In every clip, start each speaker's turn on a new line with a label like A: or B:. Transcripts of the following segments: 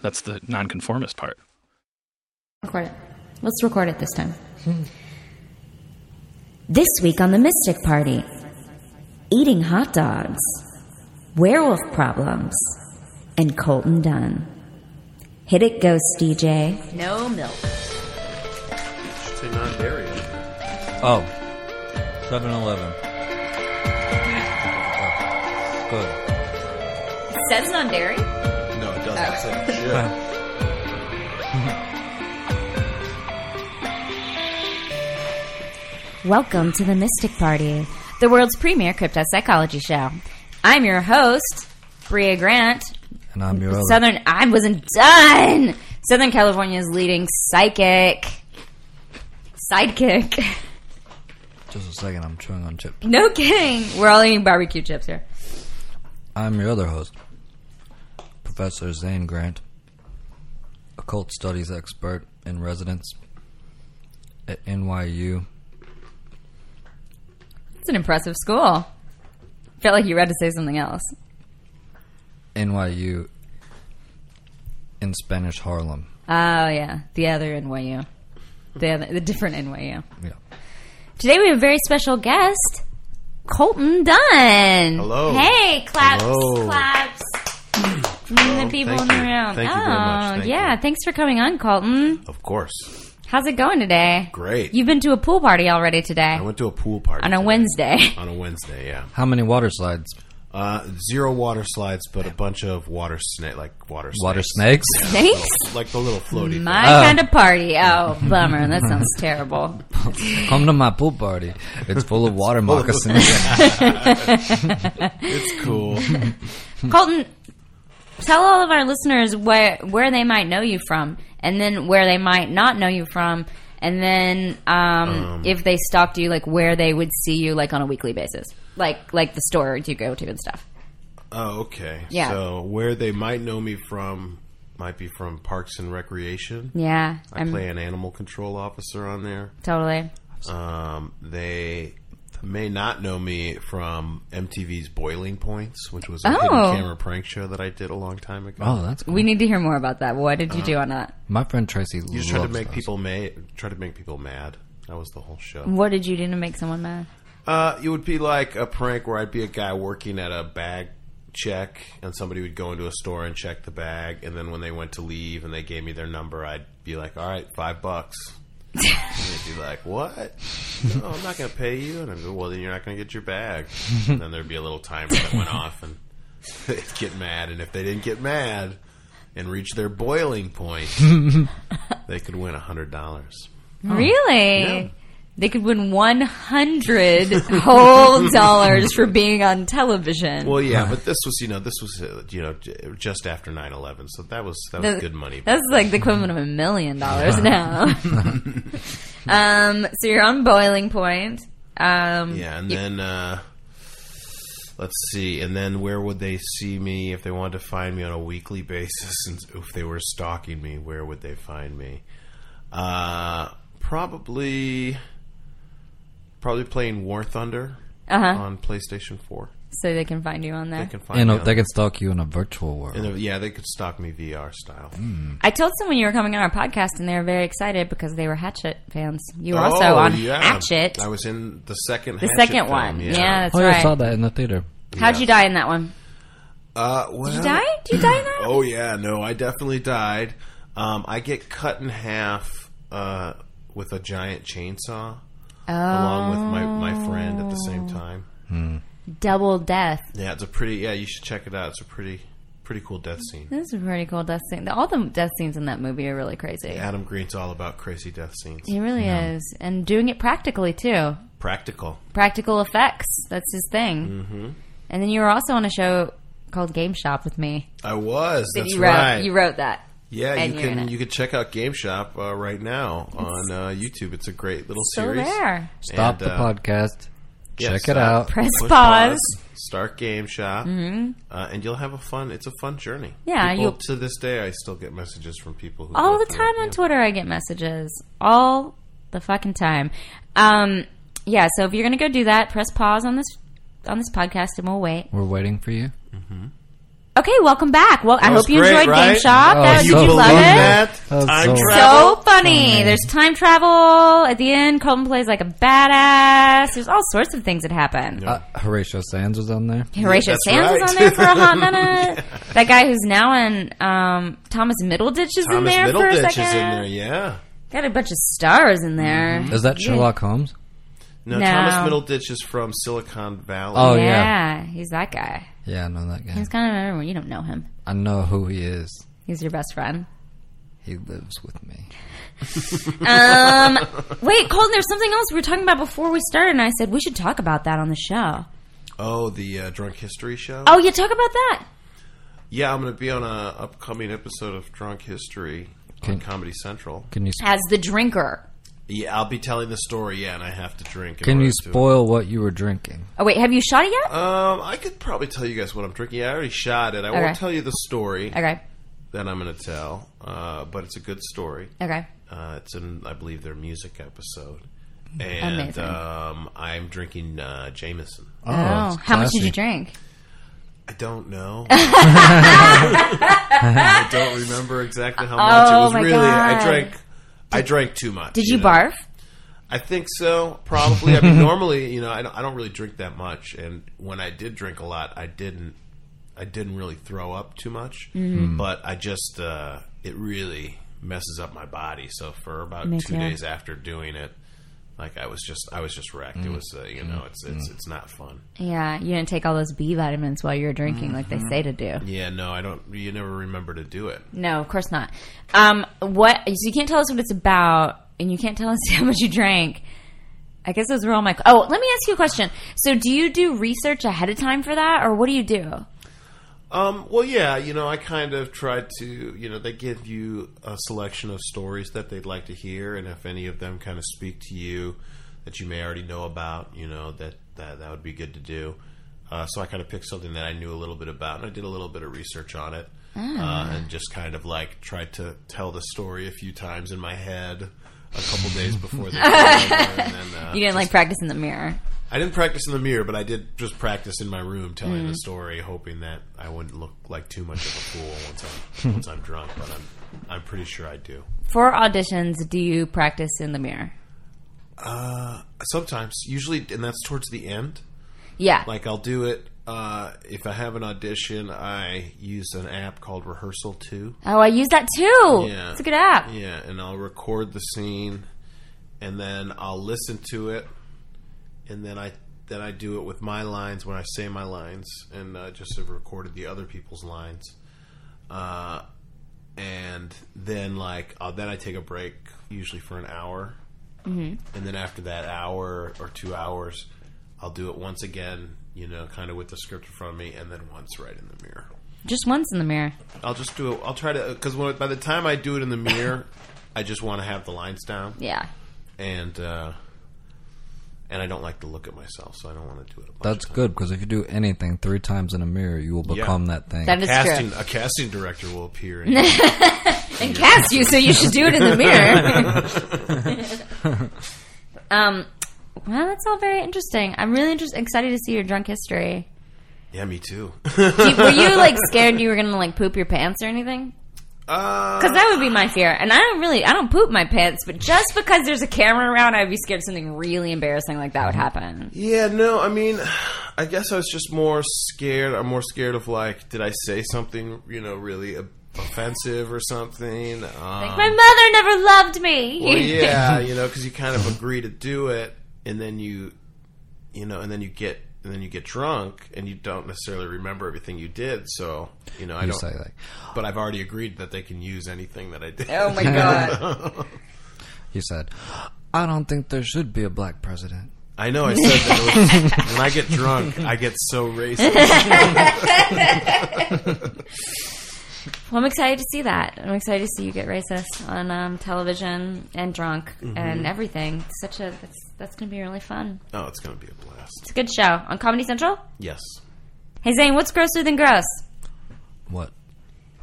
A: That's the nonconformist part.
B: Record it. Let's record it this time. this week on the Mystic Party, eating hot dogs, werewolf problems, and Colton Dunn. Hit it, Ghost DJ.
C: No milk.
D: Say non dairy.
E: Oh, 7 Eleven. Good.
C: It says non dairy.
D: No, it doesn't. Say shit.
E: Wow.
B: Welcome to the Mystic Party,
C: The world's premier crypto psychology show. I'm your host, Bria Grant.
E: And I'm your other.
C: Southern, I wasn't done. Southern California's leading psychic. Sidekick.
E: Just a second, I'm chewing on chips.
C: No kidding. We're all eating barbecue chips here.
E: I'm your other host, Professor Zane Grant, occult studies expert in residence at NYU.
C: It's an impressive school. Felt like you were about to say something else.
E: NYU in Spanish Harlem.
C: Oh yeah, the other NYU, the other, the different NYU.
E: Yeah.
C: Today we have a very special guest, Colton Dunn.
D: Hello.
C: Hey, claps,
D: Hello.
C: claps. From the people
D: thank
C: in the
D: you.
C: room.
D: Thank
C: oh,
D: you very much. Thank
C: yeah.
D: you.
C: Thanks for coming on, Colton.
D: Of course.
C: How's it going today?
D: Great.
C: You've been to a pool party already today
D: I went to a pool party
C: on a
D: today.
C: Wednesday.
D: On a Wednesday, yeah.
E: How many water slides?
D: Uh, zero water slides, but a bunch of water snake, like water snakes.
E: Water snakes?
C: Thanks.
D: like the little floaty.
C: My
E: Oh.
C: kind of party. Oh, bummer. That sounds terrible.
E: Come to my pool party. It's full of water moccasins.
D: It's cool.
C: Colton, tell all of our listeners where where they might know you from, and then where they might not know you from, and then um, if they stalked you, like where they would see you, like on a weekly basis, like like the store you go to and stuff.
D: oh, okay.
C: Yeah.
D: So where they might know me from might be from Parks and Recreation.
C: Yeah,
D: I
C: I'm
D: play an animal control officer on there.
C: totally.
D: Um, they may not know me from MTV's Boiling Points, which was a hidden
C: Oh.
D: camera prank show that I did a long time ago.
E: Oh, that's cool.
C: We need to hear more about that. What did you do on that?
E: My friend Tracy
D: You
E: loves
D: just tried to make
E: those.
D: people ma- try to make people mad. That was the whole show.
C: What did you do to make someone mad?
D: Uh, it would be like a prank where I'd be a guy working at a bag check, and somebody would go into a store and check the bag, and then when they went to leave and they gave me their number, I'd be like, "All right, five bucks." and they'd be like, "What? No, I'm not going to pay you." And I'd go, "Well, then you're not going to get your bag." and then there'd be a little timer that went off, and they'd get mad. And if they didn't get mad and reach their boiling point, they could win a hundred dollars.
C: Oh. Really?
D: Yeah.
C: They could win 100 whole dollars for being on television.
D: Well, yeah, but this was, you know, this was, uh, you know, j- just after 9-11, so that was that was good money.
C: That's like the equivalent of a million dollars now. um, so you're on boiling point. Um,
D: yeah, and then uh, let's see, and then where would they see me if they wanted to find me on a weekly basis? And if they were stalking me, where would they find me? Uh, probably, probably playing War Thunder on PlayStation Four.
C: uh-huh. So they can find you on there.
D: They can find
E: You
D: me.
E: know,
D: on-
E: they can stalk you in a virtual world.
D: and they- yeah, they could stalk me VR style.
C: I told someone you were coming on our podcast, and they were very excited because they were Hatchet fans. You were also
D: Oh,
C: on
D: yeah.
C: Hatchet,
D: I was in the second.
C: the
D: Hatchet
C: second
D: film,
C: one. Yeah, that's
E: oh, yeah, I
C: right.
E: saw that in the theater.
C: How'd you die in that one?
D: Uh, well,
C: Did you die? Did you die in that?
D: Oh yeah, no, I definitely died. Um, I get cut in half uh, with a giant chainsaw, oh, along with my, my friend at the
C: Oh.
D: same time.
C: Double death.
D: Yeah, it's a pretty. Yeah, you should check it out. It's a pretty pretty cool death scene.
C: This is a pretty cool death scene. All the death scenes in that movie are really crazy.
D: Adam Green's all about crazy death scenes.
C: He really is, and doing it practically too.
D: Practical.
C: practical effects. That's his thing. Mm-hmm. And then you were also on a show called Game Shop with me.
D: I was.
C: That
D: That's
C: you wrote.
D: right.
C: You wrote that.
D: Yeah,
C: And
D: you
C: you're in
D: can
C: it.
D: you can check out Game Shop uh, right now on uh, YouTube. It's a great little
C: still
D: series.
C: there.
E: Stop
D: And,
E: the
D: uh,
E: podcast.
D: yeah,
E: Check
D: stop.
E: it out.
C: Press
D: Push
C: pause. Mm-hmm.
D: Start Game Shop, uh, and you'll have a fun. It's a fun journey.
C: Yeah,
D: People-
C: you'll-
D: to this day, I still get messages from people who
C: all
D: go
C: the
D: through
C: time
D: it.
C: on
D: Yeah.
C: Twitter. I get messages all the fucking time. Um, yeah, so if you're gonna go do that, press pause on this on this podcast and we'll wait.
E: We're waiting for you.
C: Okay, welcome back. Well, I
D: was
C: hope you
D: great,
C: enjoyed
D: right?
C: Game Shop.
E: Oh,
C: that,
E: so
C: did you
E: cool.
C: love it?
D: that?
E: That was
D: Time
E: so-
D: travel.
C: So funny. There's time travel at the end. Colton plays like a badass. There's all sorts of things that happen.
E: Uh, Horatio Sands was on there.
C: Horatio
D: that's
C: Sands is
D: right.
C: on there for a hot minute. That guy who's now in um, Thomas Middleditch is in
D: Thomas
C: there for a
D: Middleditch is
C: second.
D: in there. Mm-hmm. Yeah.
C: Got a bunch of stars in there.
E: Is that Sherlock Holmes?
D: No,
C: No.
D: Thomas Middleditch is from Silicon Valley.
E: Oh
C: yeah.
E: yeah,
C: he's that guy.
E: yeah. I know that guy.
C: He's kind of everyone. You don't know him.
E: I know who he is.
C: He's your best friend.
E: He lives with me.
C: Um, wait, Colton. There's something else we were talking about before we started, and I said we should talk about that on the show.
D: Oh, the uh, Drunk History Show?
C: Oh, you talk about that.
D: Yeah, I'm going to be on a upcoming episode of Drunk History on
E: Can-
D: Comedy Central.
E: Can you
C: as the drinker.
D: Yeah, I'll be telling the story, yeah, and I have to drink. in
E: can you
D: order to-
E: spoil what you were drinking?
C: Oh wait, have you shot it yet?
D: Um, I could probably tell you guys what I'm drinking. Yeah, I already shot it. I
C: Okay.
D: won't tell you the story
C: Okay,
D: that I'm going to tell, uh, but it's a good story.
C: okay.
D: Uh, it's in, I believe, their music episode. And
C: Amazing.
D: um, I'm drinking uh, Jameson.
E: Oh,
C: Oh,
E: it's
C: how much did
E: classy.
C: you drink?
D: I don't know. I don't remember exactly how much
C: Oh
D: it was.
C: my
D: Really,
C: God.
D: I drank. I drank too much.
C: Did you
D: know?
C: barf?
D: I think so. Probably. I mean, normally, you know, I don't, I don't really drink that much, and when I did drink a lot, I didn't. I didn't really throw up too much,
C: Mm-hmm.
D: but I just uh, it really messes up my body. So for about
C: Me
D: two
C: too.
D: days after doing it, like I was just I was just wrecked.
C: Mm.
D: It was uh, you know it's it's it's not fun.
C: Yeah, you didn't take all those B vitamins while you were drinking, like they
D: Mm-hmm.
C: say to do.
D: Yeah, no, I don't. You never remember to do it.
C: No, of course not. Um, what? So you can't tell us what it's about, and you can't tell us how much you drank. I guess those were all my. Oh, let me ask you a question. So, do you do research ahead of time for that, or what do you do?
D: Um, well, yeah, you know, I kind of tried to, you know, they give you a selection of stories that they'd like to hear, and if any of them kind of speak to you that you may already know about, you know, that that, that would be good to do. Uh, so I kind of picked something that I knew a little bit about, and I did a little bit of research on it, uh, and just kind of like tried to tell the story a few times in my head a couple days before they came over, and then, uh,
C: You didn't like practice in the mirror.
D: I didn't practice in the mirror, but I did just practice in my room telling the story, hoping that I wouldn't look like too much of a fool once I'm once I'm drunk. But I'm I'm pretty sure I do.
C: For auditions, do you practice in the mirror?
D: Uh, Sometimes, usually, and that's towards the end.
C: Yeah.
D: Like I'll do it uh, if I have an audition. I use an app called Rehearsal Two.
C: oh, I use that too.
D: Yeah.
C: It's a good app.
D: Yeah, and I'll record the scene, and then I'll listen to it, and then I then I do it with my lines when I say my lines, and uh, just have recorded the other people's lines, uh, and then like uh, then I take a break usually for an hour, and then after that hour or two hours, I'll do it once again, you know, kind of with the script in front of me, and then once right in the mirror.
C: Just once in the mirror.
D: I'll just do it. I'll try to because by the time I do it in the mirror, I just want to have the lines down,
C: Yeah.
D: and uh, and I don't like to look at myself, so I don't want to do it. A bunch
E: That's
D: of
E: good because if you do anything three times in a mirror, you will
D: Yeah.
E: become that thing.
C: That is
D: times.
C: true.
D: casting. A casting director will appear. And,
C: And cast you, so you should do it in the mirror. um, well, that's all very interesting. I'm really interest- excited to see your drunk history.
D: yeah, me too.
C: Do you- were you like scared you were gonna like poop your pants or anything?
D: Uh,
C: Because that would be my fear. And I don't really, I don't poop my pants, but just because there's a camera around, I'd be scared something really embarrassing like that would happen.
D: yeah, no. I mean, I guess I was just more scared. I'm more scared of like, did I say something, you know, really o- offensive or something? Um,
C: My mother never loved me.
D: Well, yeah, you know, because you kind of agree to do it, and then you, you know, and then you get, and then you get drunk, and you don't necessarily remember everything you did. So, you know, I
E: you
D: don't.
E: say that.
D: But I've already agreed that they can use anything that I did.
C: oh my god.
E: He said, "I don't think there should be a black president."
D: I know. I said that. It was, when I get drunk, I get so racist.
C: Well, I'm excited to see that. I'm excited to see you get racist on um, television and drunk
D: Mm-hmm.
C: and everything. It's such a that's that's gonna be really fun.
D: Oh, it's gonna be a blast.
C: It's a good show on Comedy Central.
D: Yes.
C: Hey Zane, what's grosser than gross?
E: What?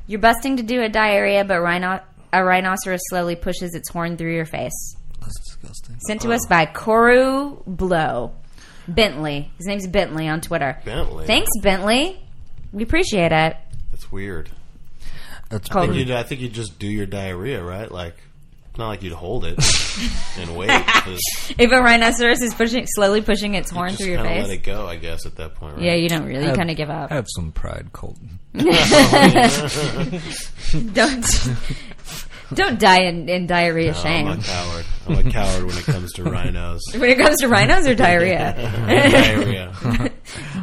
C: You're busting to do a diarrhea, but rhino- a rhinoceros slowly pushes its horn through your face.
E: That's disgusting.
C: Sent to us by Coru Blow Bentley. His name's Bentley on Twitter.
D: Bentley.
C: Thanks, Bentley. We appreciate it.
D: That's weird.
E: That's
C: Cold.
E: pretty-
D: You'd, I think you just do your diarrhea, right? Like, not like you'd hold it and wait. Just,
C: If a rhinoceros is pushing slowly pushing its horn
D: just
C: through your
D: kind of let
C: face,
D: it go, I guess, at that point, right?
C: yeah, you don't really
E: Have-
C: kind of give up.
E: Have some pride, Colton.
C: don't don't die in, in diarrhea
D: No,
C: shame.
D: Oh, I'm a coward. I'm a coward when it comes to rhinos.
C: When it comes to rhinos or diarrhea,
D: diarrhea.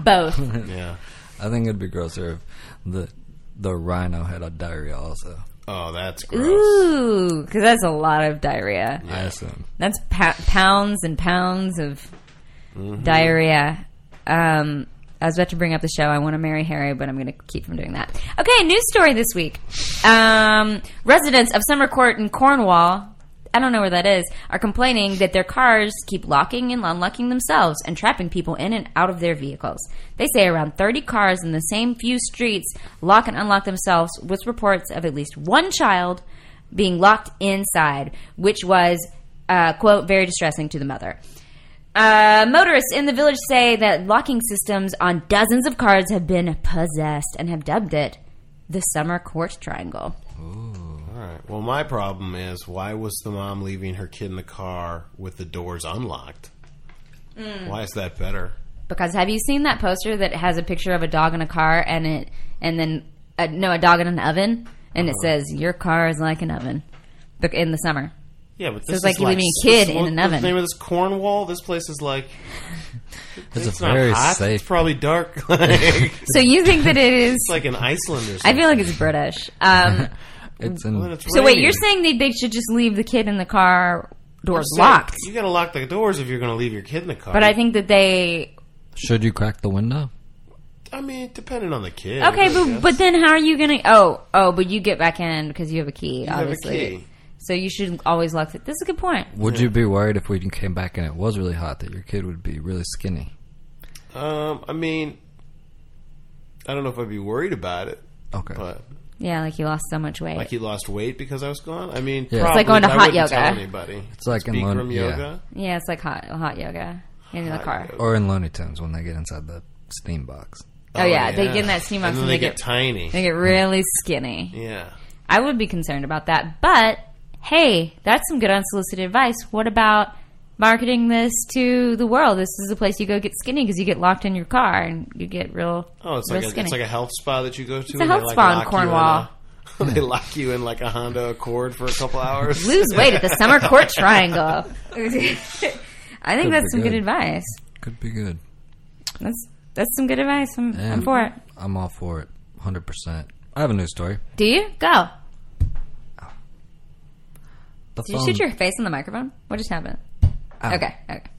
C: both.
D: Yeah.
E: I think it'd be grosser if the the rhino had a diarrhea also.
D: Oh, that's gross.
C: Ooh, because that's a lot of diarrhea.
E: I assume.
C: That's pa- pounds and pounds of diarrhea. Um, I was about to bring up the show. I want to marry Harry, but I'm going to keep from doing that. Okay, news story this week. Um, residents of Summer Court in Cornwall, I don't know where that is, are complaining that their cars keep locking and unlocking themselves and trapping people in and out of their vehicles. They say around 30 cars in the same few streets lock and unlock themselves, with reports of at least one child being locked inside, which was, uh, quote, very distressing to the mother. Uh, motorists in the village say that locking systems on dozens of cars have been possessed and have dubbed it the Summer Court Triangle.
D: All right. Well, my problem is why was the mom leaving her kid in the car with the doors unlocked?
C: Mm.
D: Why is that better?
C: Because have you seen that poster that has a picture of a dog in a car and it, and then, uh, no, a dog in an oven? And it says, Your car is like an oven Bec- in the summer.
D: Yeah, but
C: it's like you leaving a kid in an oven.
D: The name of this Cornwall. This place is like
E: It's,
D: it's
E: a very
D: not hot.
E: safe.
D: It's probably dark. Like, it's
C: So you think that it is.
D: like in Iceland or something.
C: I feel like it's British. Um,
E: it's
D: And
E: in,
D: it's
C: so wait,
D: raining.
C: you're saying that they should just leave the kid in the car doors
D: It's like,
C: locked?
D: You gotta lock the doors if you're gonna leave your kid in the car.
C: But I think that they
E: should you crack the window?
D: I mean, depending on the kid.
C: Okay,
D: I
C: but
D: guess.
C: but then how are you gonna? Oh, oh, but you get back in because you have a key,
D: have a
C: obviously.
D: key.
C: So you should always lock it. This is a good point.
E: Would you be worried if we came back and it was really hot that your kid would be really skinny?
D: um, I mean, I don't know if I'd be worried about it,
E: Okay.
D: but
C: Yeah, like you lost so much weight.
D: Like he lost weight because I was gone. I mean,
E: Yeah. It's
D: probably,
C: like going to
D: but I
C: hot
D: wouldn't
C: yoga.
D: Tell anybody. It's
E: like in Lon-
D: Bikram
E: yeah.
D: yoga.
C: yeah, Oh, it's like hot hot yoga in the car.
D: yoga.
E: or in Looney Tunes when they get inside the steam box.
C: Oh, yeah, they get in that steam box
D: and then
C: and
D: they,
C: they
D: get,
C: get-
D: tiny.
C: They get really skinny.
D: yeah,
C: I would be concerned about that. But hey, that's some good unsolicited advice. What about marketing this to the world? This is the place you go get skinny because you get locked in your car and you get real.
D: oh, it's
C: real
D: like a,
C: skinny.
D: it's like a health spa that you go to. It's
C: a health spa in Cornwall.
D: they lock you in like a Honda Accord for a couple hours.
C: lose weight at the summer court triangle. I think that's
E: be
C: some good
E: good.
C: advice.
E: Could be good.
C: That's that's some good advice. I'm,
E: Yeah.
C: I'm for it.
E: I'm all for it. 100%. I have a news story.
C: Do you go?
E: The
C: Did you
E: phone-
D: Um,
C: shoot your face on the microphone? What just happened?
D: Oh.
E: Ow.
C: Okay, okay.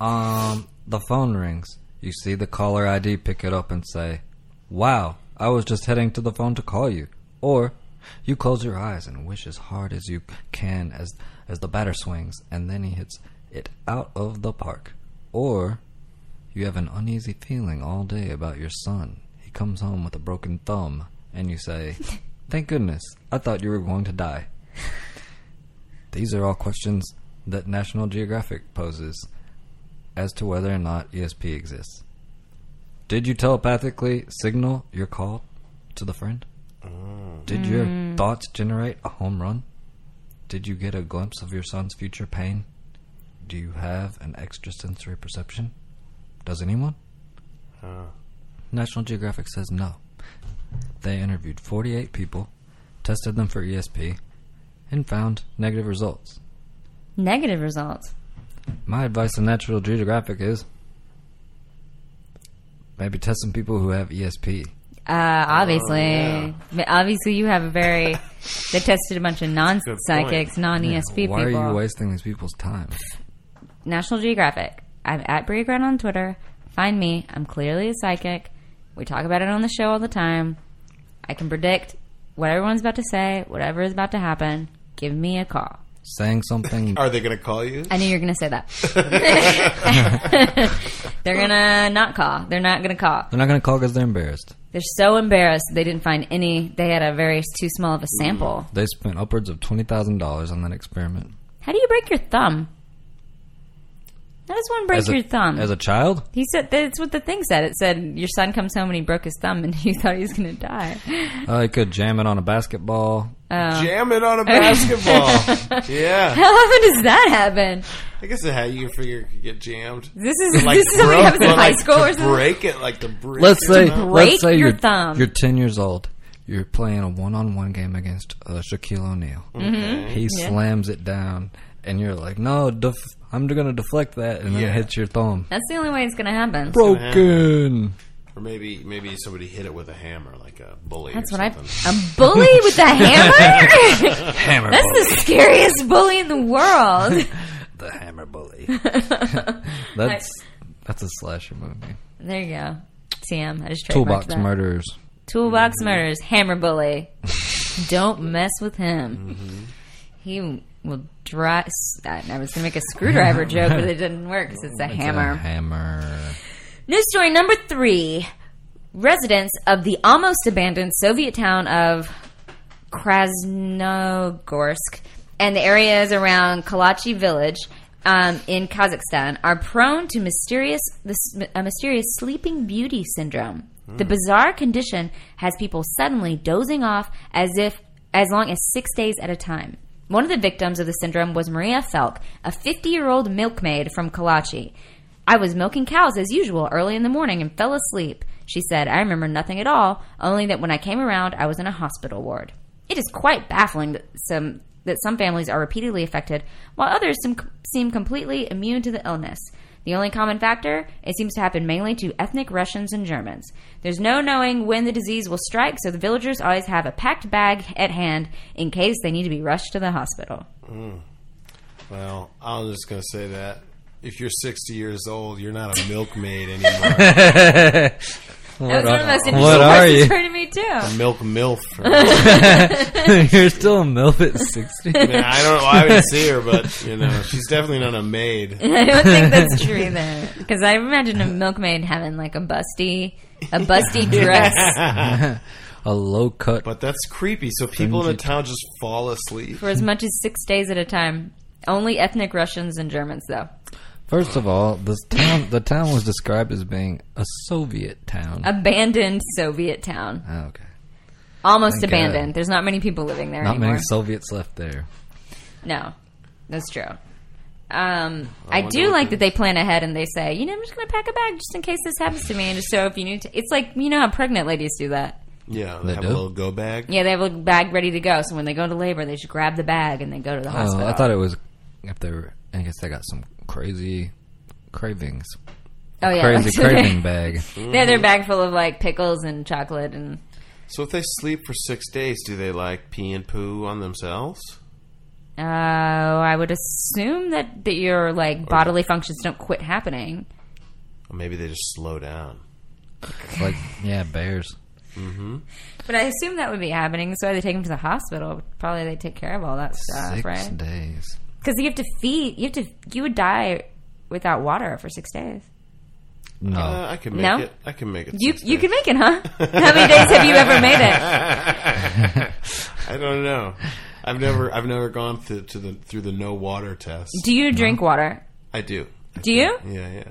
E: Um, the phone rings. You see the caller ID, pick it up and say, Wow, I was just heading to the phone to call you. Or you close your eyes and wish as hard as you can as, as the batter swings, and then he hits it out of the park. Or you have an uneasy feeling all day about your son. He comes home with a broken thumb, and you say, Thank goodness, I thought you were going to die. These are all questions that National Geographic poses as to whether or not ESP exists. Did you telepathically signal your call to the friend? Did your thoughts generate a home run? Did you get a glimpse of your son's future pain? Do you have an extrasensory perception? Does anyone? National Geographic says no. They interviewed 48 people, tested them for ESP, and found negative results.
C: Negative results.
E: My advice on Natural Geographic is maybe test some people who have E ESP. Oh,
C: Uh, obviously, But obviously, you have a very. They tested a bunch of non psychics, non ESP people.
E: Why are you wasting these people's time?
C: National Geographic. I'm at Bria Grant on Twitter. Find me. I'm clearly a psychic. We talk about it on the show all the time. I can predict what everyone's about to say, whatever is about to happen, give me a call.
E: Saying something.
D: Are they going to call you?
C: I knew you were going to say that. they're going to not call. They're not going to call.
E: They're not going to call because they're embarrassed.
C: They're so embarrassed they didn't find any. They had a very too small of a sample.
E: They spent upwards of $20,000 on that experiment.
C: How do you break your thumb? How does one break
E: a,
C: your thumb?
E: As a child?
C: he said that's what the thing said. It said your son comes home and he broke his thumb and he thought he was going to die.
E: Uh, you could jam it on a basketball.
C: Oh.
D: Jam it on a basketball. yeah.
C: How often does that happen?
D: I guess that's how you can figure it could get jammed.
C: This is this is something
D: broke,
C: that happens in
D: but,
C: high
D: like,
C: school
D: to
C: or something.
D: Break it like the break.
E: Let's
D: it
E: say,
D: out.
C: break
E: let's say
C: your
E: you're,
C: thumb.
E: you're 10 years old. You're playing a one on one game against uh, Shaquille O'Neal.
C: Mm-hmm.
E: He slams it down, and you're like, no, def- I'm going to deflect that, and then
D: Yeah.
E: it hits your thumb.
C: That's the only way it's going to happen.
E: Broken.
D: or maybe maybe somebody hit it with a hammer, like a bully.
C: That's
D: or
C: what I.
D: something.
C: A bully with a hammer.
E: Hammer
C: That's the scariest bully in the world.
E: The Hammer Bully. that's that's a slasher movie.
C: There you go. TM. I just trademarked
E: Toolbox
C: that.
E: Murders.
C: Toolbox murders. Hammer bully. Don't mess with him. He will dry. I was gonna make a screwdriver joke, but it didn't work 'cause it's a
E: A
C: hammer.
E: hammer.
C: News story number three: Residents of the almost abandoned Soviet town of Krasnogorsk and the areas around Kalachi village um, in Kazakhstan are prone to mysterious this, a mysterious sleeping beauty syndrome. The bizarre condition has people suddenly dozing off as if as long as six days at a time. One of the victims of the syndrome was Maria Felk, a 50 year old milkmaid from Kalachi. I was milking cows as usual early in the morning and fell asleep. She said, I remember nothing at all, only that when I came around, I was in a hospital ward. It is quite baffling that some that some families are repeatedly affected, while others seem, seem completely immune to the illness. The only common factor, it seems to happen mainly to ethnic Russians and Germans. There's no knowing when the disease will strike, so the villagers always have a packed bag at hand in case they need to be rushed to the hospital.
D: Well, I'm just gonna say that if you're 60 years old, you're not a milkmaid anymore.
C: that was one of the most interesting
E: what are
C: questions
E: you?
C: for me too.
D: Milk milf. Or, I,
E: You're still a MILF at 60.
D: mean, I don't know. I would see her, but you know, she's definitely not a maid.
C: I don't think that's true either, because I imagine a milkmaid having like a busty, a busty dress
E: a low cut.
D: But that's creepy. So people in the town just fall asleep.
C: for as much as six days at a time. Only ethnic Russians and Germans, though.
E: First of all, this town, the town was described as being a Soviet town.
C: Abandoned Soviet town,
E: Ah, okay.
C: almost
E: Thank
C: abandoned.
E: God.
C: There's not many people living there
E: Not
C: anymore.
E: many Soviets left there.
C: No, that's true. Um, I,
D: wonder
C: do
D: what
C: like
D: they-
C: that they plan ahead and they say, you know, I'm just going to pack a bag just in case this happens to me, and just so if you need to, it's like you know how pregnant ladies do that.
D: Yeah, they,
E: They
D: have a
E: do?
D: little go bag.
C: Yeah, they have a bag ready to go, so when they go to labor, they just grab the bag and they go to the
E: Oh,
C: hospital.
E: I thought it was if they were. I guess they got some crazy cravings.
C: oh yeah,
E: Crazy
C: like-
E: craving bag.
C: They had their bag full of like pickles and chocolate and
D: So if they sleep for six days, do they like pee and poo on themselves?
C: uh, I would assume that that your like bodily functions don't quit happening.
D: Or maybe they just slow down.
E: Like yeah, bears.
C: But I assume that would be happening. That's why they take them to the hospital. Probably they take care of all that stuff,
E: Six
C: Uh, right? Uh,
E: days.
C: Because you have to feed. You have to. You would die without water for six days.
E: No.
D: Uh, I can make
C: Oh. No?
D: it. I can make it.
C: You
D: six
C: you
D: days.
C: can make it, huh? How many days have you ever made it?
D: I don't know. I've never. I've never gone through to the through the no water test.
C: Do you drink water?
D: I do. I
C: Do you?
D: Yeah, yeah.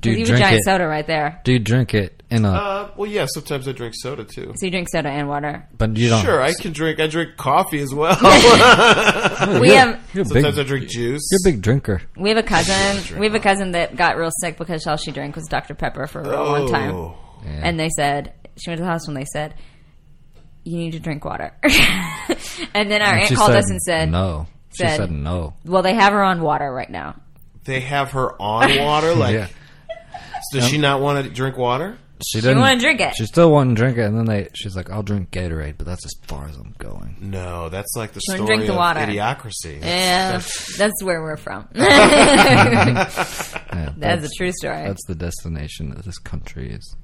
E: do you
C: You have a
E: drink
C: giant
E: it?
C: soda right there.
E: Do you drink it in a?
D: Uh, well, yeah. Sometimes I drink soda too.
C: So you drink soda and water.
E: but you don't.
D: Sure, I can drink. I drink coffee as well.
C: We um, have
E: You're a big.
D: Sometimes I
E: You're
D: drink juice.
E: a big drinker.
C: we have a cousin. We have a cousin that got real sick because all she drank was Dr Pepper for a real long time.
D: Oh.
C: and they said she went to the hospital and they said you need to drink water and then our aunt
E: She
C: called
E: said
C: us and said
E: no. She
C: said-
E: said no.
C: well they have her on water right now
D: They have her on water. Like,
E: Yeah.
D: does she not want to drink water?
E: She didn't
C: wanna drink it.
E: She still wanted to drink it, and then they. She's like, "I'll drink Gatorade," but that's as far as I'm going.
D: No, that's like the
C: wouldn't
D: story
C: drink the
D: of
C: water. Eh.
D: idiocracy.
C: yeah that's where we're from
E: Yeah,
C: that's a true story
E: That's the destination that this country is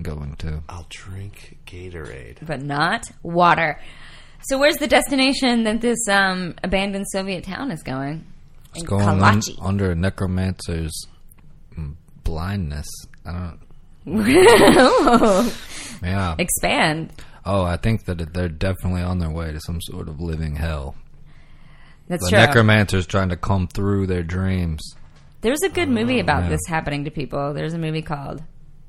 E: going to.
D: I'll drink Gatorade.
C: but not water. So where's the destination that this um, abandoned Soviet town is going?
E: It's
C: In
E: going un-
C: Kalachi.
E: under a necromancer's mm, blindness. I don't. Yeah.
C: Expand.
E: Oh, I think that they're definitely on their way to some sort of living hell.
C: That's
E: The
C: true.
E: necromancer's trying to come through their dreams.
C: There's a good movie about
E: Oh, yeah.
C: this happening to people. There's a movie called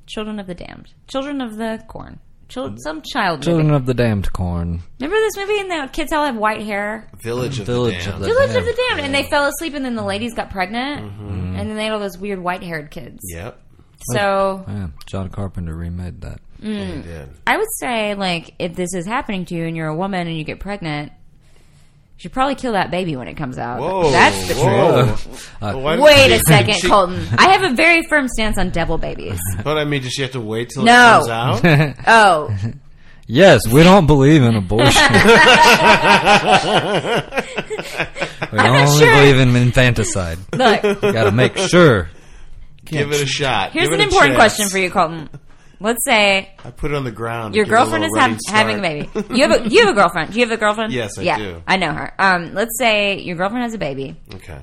C: Children of the Damned, Children of the Corn, Chil- some child
E: Mm. Children
C: movie.
E: of the damned corn.
C: Remember this movie and the kids all have white hair.
D: Village of
E: Village
D: the
E: of
D: Damned.
E: the-
C: Village
E: hair. Mm-hmm.
C: of the Damned, and they fell asleep, and then the ladies got pregnant, and then they had all those weird white haired kids.
D: Yep.
C: So
E: Man, John Carpenter remade that.
C: Mm.
D: They did.
C: I would say, like, if this is happening to you and you're a woman and you get pregnant, you should probably kill that baby when it comes out.
D: Whoa.
C: That's the
D: whoa. Well, why did
C: Wait a
D: she-
C: second,
D: she-
C: Colton. I have a very firm stance on devil babies.
D: But I mean, does she have to wait till
C: No.
D: it comes out?
C: Oh,
E: Yes, we don't believe in abortion. we only
C: sure.
E: believe in infanticide.
C: look.
E: Gotta make sure.
D: Give it a shot.
C: Here's
D: Give
C: an
D: it a
C: important
D: chance.
C: question for you, Colton. Let's say
D: I put it on the ground.
C: your
D: Give it a
C: girlfriend is
D: little
C: hav
D: running start.
C: having a baby. You have a you have a girlfriend. Do you have a girlfriend?
D: Yes, I
C: yeah,
D: do.
C: I know her. Um, let's say your girlfriend has a baby.
D: okay.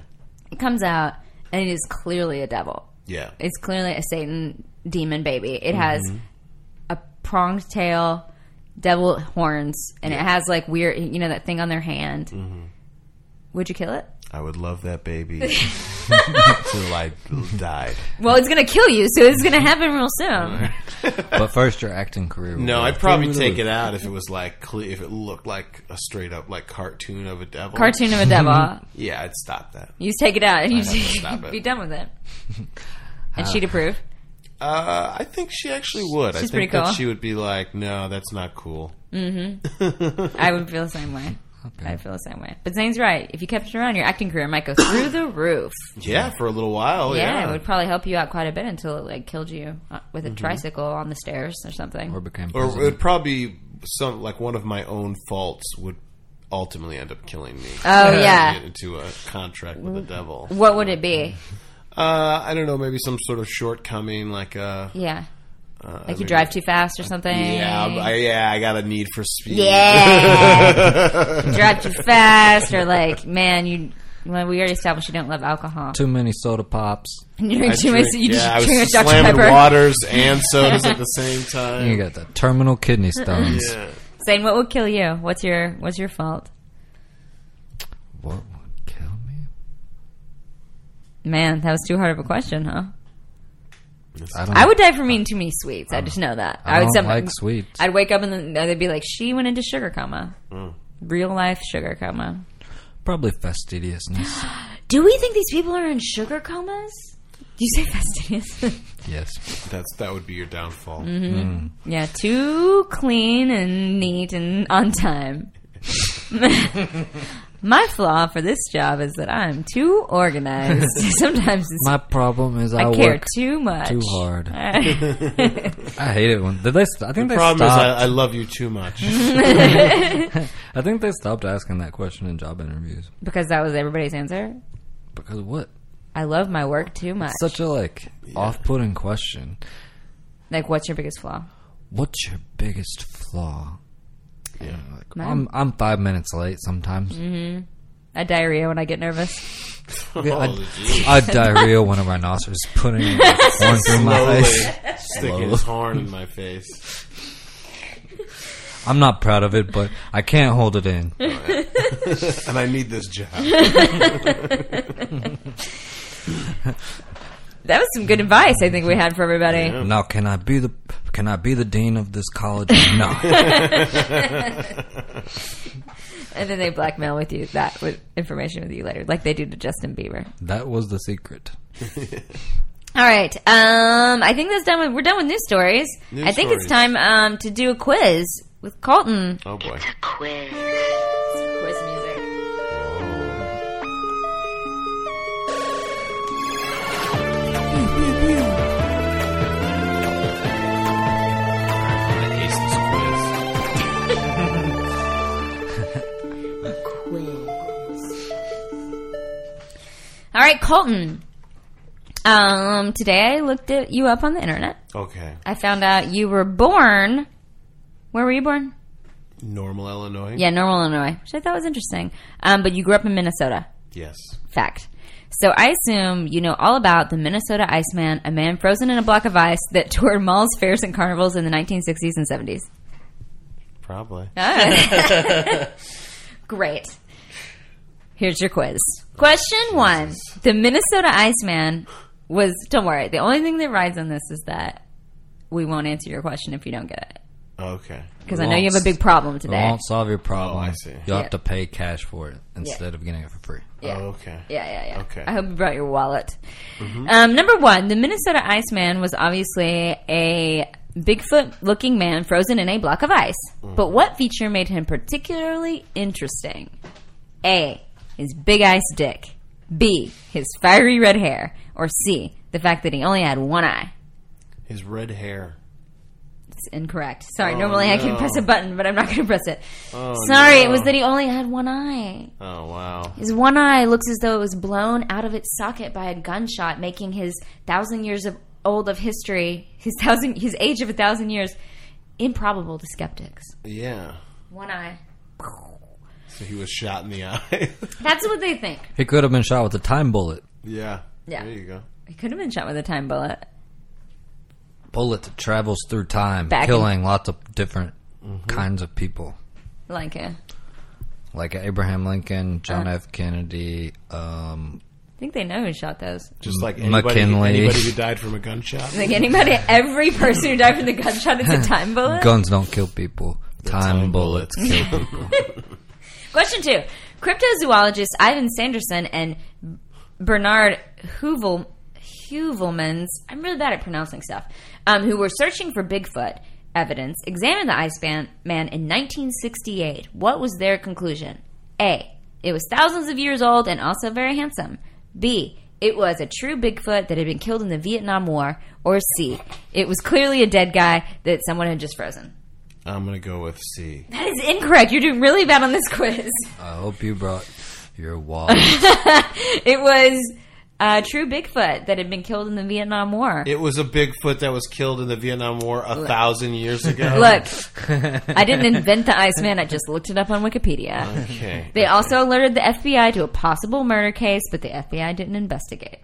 C: It comes out, and it is clearly a devil.
D: Yeah.
C: It's clearly a Satan demon baby. It has
D: Mm-hmm.
C: a pronged tail, devil horns, and it has like weird, you know, that thing on their hand.
D: Mm-hmm.
C: Would you kill it?
D: I would love that baby till I died.
C: Well, it's gonna kill you, so it's gonna happen real soon.
E: But first, your acting career. will
D: No,
E: be
D: I'd probably
E: through the
D: take
E: roof.
D: it out if it was like cle- if it looked like a straight up like cartoon of a devil.
C: Cartoon of a devil.
D: Yeah, I'd stop that.
C: you just take it out and you
D: know, stop
C: just
D: it.
C: be done with it. And she'd approve.
D: Uh, I think she actually would. I
C: She's pretty
D: think
C: cool.
D: that she would be like, "No, that's not cool."
C: I would feel the same way. I'd feel the same way. But Zane's right. If you kept it around, your acting career might go through the roof.
D: Yeah, for a little while.
C: Yeah,
D: Oh, Yeah, Mm-hmm.
C: it would probably help you out quite a bit until it like killed you uh, with a tricycle on the stairs or something. Oh,
E: Or became
D: or it
E: president.
D: would probably be some like one of my own faults would ultimately end up killing me.
C: Oh,
D: I'd
C: yeah.
D: get into a contract with the
C: Mm.
D: devil.
C: What would it be?
D: Uh, I don't know, maybe some sort of shortcoming, like a
C: Yeah.
D: uh,
C: Like
D: maybe-
C: you drive too fast or something.
D: Yeah, I, yeah, I got a need for speed.
C: yeah. You drive too fast or like, man, you. Well, we already established you don't love alcohol.
E: Too many soda pops.
C: you drink
D: I
C: too much.
D: drink-
C: You
D: yeah,
C: just
D: I was
C: drink much Dr
D: slamming
C: Pepper.
D: waters and sodas at the same
E: You
D: time.
E: got the terminal kidney stones.
D: Yeah.
C: Zane, what would kill you? What's your What's your fault?
E: What would kill me?
C: Man, that was too hard of a question, huh?
E: I don't.
C: I would die for eating too many sweets. I just know that.
E: I,
C: would.
E: don't
C: some-
E: like sweets.
C: I'd wake up and then they'd be like, "She went into sugar coma, real life sugar coma."
E: Probably fastidiousness.
C: Do we think these people are in sugar comas? Do you say fastidious?
E: yes.
D: That's that would be your downfall.
C: Mm-hmm. yeah, too clean and neat and on time. My flaw for this job is that I'm too organized. Sometimes it's,
E: My problem is I,
C: I care
E: work
C: too much.
E: too hard. I hate it when. Did they? St- I think
D: The
E: they
D: problem is,
E: stopped.
D: I, I love you too much.
E: I think they stopped asking that question in job interviews
C: because that was everybody's answer.
E: because what?
C: I love my work too much.
E: Such a like off-putting question.
C: like, what's your biggest flaw?
E: What's your biggest flaw? Yeah.
C: Mine? Mm.
E: I'm I'm five minutes late sometimes.
C: I diarrhea when I get nervous.
E: Yeah, I,
D: Oh, geez.
E: I diarrhea when a rhinoceros is putting its horn through my
D: Slowly
E: face.
D: sticking his horn in my face.
E: I'm not proud of it, but I can't hold it in.
D: And I need this job.
C: That was some good advice I think we had for everybody.
E: Now, can I be the can I be the dean of this college? No,
C: And then they blackmail with you that with information with you later, like they do to Justin Bieber.
E: that was the secret.
C: All right, um, I think that's done. With, we're done with news stories.
D: News
C: I think it's
D: stories.
C: time um, to do a quiz with Colton.
D: Oh boy.
C: Quiz music.
D: I ace this quiz.
C: All right, Colton. Um, today I looked at you up on the internet.
D: Okay.
C: I found out you were born. Where were you born?
D: Normal, Illinois?
C: Yeah, Normal, Illinois, which I thought was interesting. Um, but you grew up in Minnesota.
D: Yes.
C: Fact. So I assume you know all about the Minnesota Iceman, a man frozen in a block of ice that toured malls, fairs, and carnivals in the 1960s and 70s.
D: Probably.
C: Great. Here's your quiz. Question one. The Minnesota Iceman was, don't worry, the only thing that rides on this is that we won't answer your question if you don't get it.
D: Okay.
C: Because
E: We
C: I know you
E: won't
C: have a
E: s-
C: big problem
E: It
C: today.
E: won't solve your problem.
D: Oh, I see.
E: You'll
C: Yeah.
E: have to pay cash for it instead of getting it for free.
C: Yeah.
D: Oh, okay.
C: Yeah, yeah, yeah.
D: Okay. Mm-hmm.
C: I hope you brought your wallet. Um, number one, the Minnesota Iceman was obviously a Bigfoot looking man frozen in a block of ice.
D: Mm.
C: But what feature made him particularly interesting? A, his big ice dick. B, his fiery red hair. Or C, the fact that he only had one eye.
D: His red hair.
C: It's incorrect. Sorry,
D: Oh,
C: normally I can
D: no.
C: press a button, but I'm not going to press it.
D: Oh,
C: Sorry, it
D: no.
C: was that he only had one eye.
D: Oh, wow.
C: His one eye looks as though it was blown out of its socket by a gunshot, making his thousand years of old of history, his thousand, his age of a thousand years, improbable to skeptics.
D: Yeah.
C: One eye.
D: So he was shot in the eye.
C: That's what they think.
E: He could have been shot with a time bullet.
D: yeah.
C: Yeah.
D: There you go.
C: He could have been shot with a time bullet.
E: Bullet that travels through time,
C: Back in-
E: killing lots of different kinds of people,
C: Like uh, a,
E: like Abraham Lincoln, John
C: Uh.
E: F. Kennedy. Um,
C: I think they know who shot those.
D: Just like anybody,
E: McKinley.
D: anybody who died from a gunshot.
C: Like anybody, every person who died from the gunshot, it's a time bullet.
E: guns don't kill people. Time,
D: time
E: bullets kill people.
C: Question two. Cryptozoologist Ivan Sanderson and Bernard Huvel, Huvelmans, I'm really bad at pronouncing stuff, um, who were searching for Bigfoot evidence, examined the Ice Man Man in 1968. What was their conclusion? A. It was thousands of years old and also very handsome. B. It was a true Bigfoot that had been killed in the Vietnam War. Or C. It was clearly a dead guy that someone had just frozen.
D: I'm going to go with C.
C: That is incorrect. You're doing really bad on this quiz.
E: I hope you brought your wallet.
C: It was a true Bigfoot that had been killed in the Vietnam War.
D: It was a Bigfoot that was killed in the Vietnam War a thousand years ago.
C: Look, I didn't invent the Iceman. I just looked it up on Wikipedia.
D: Okay.
C: They also alerted the FBI to a possible murder case, but the FBI didn't investigate.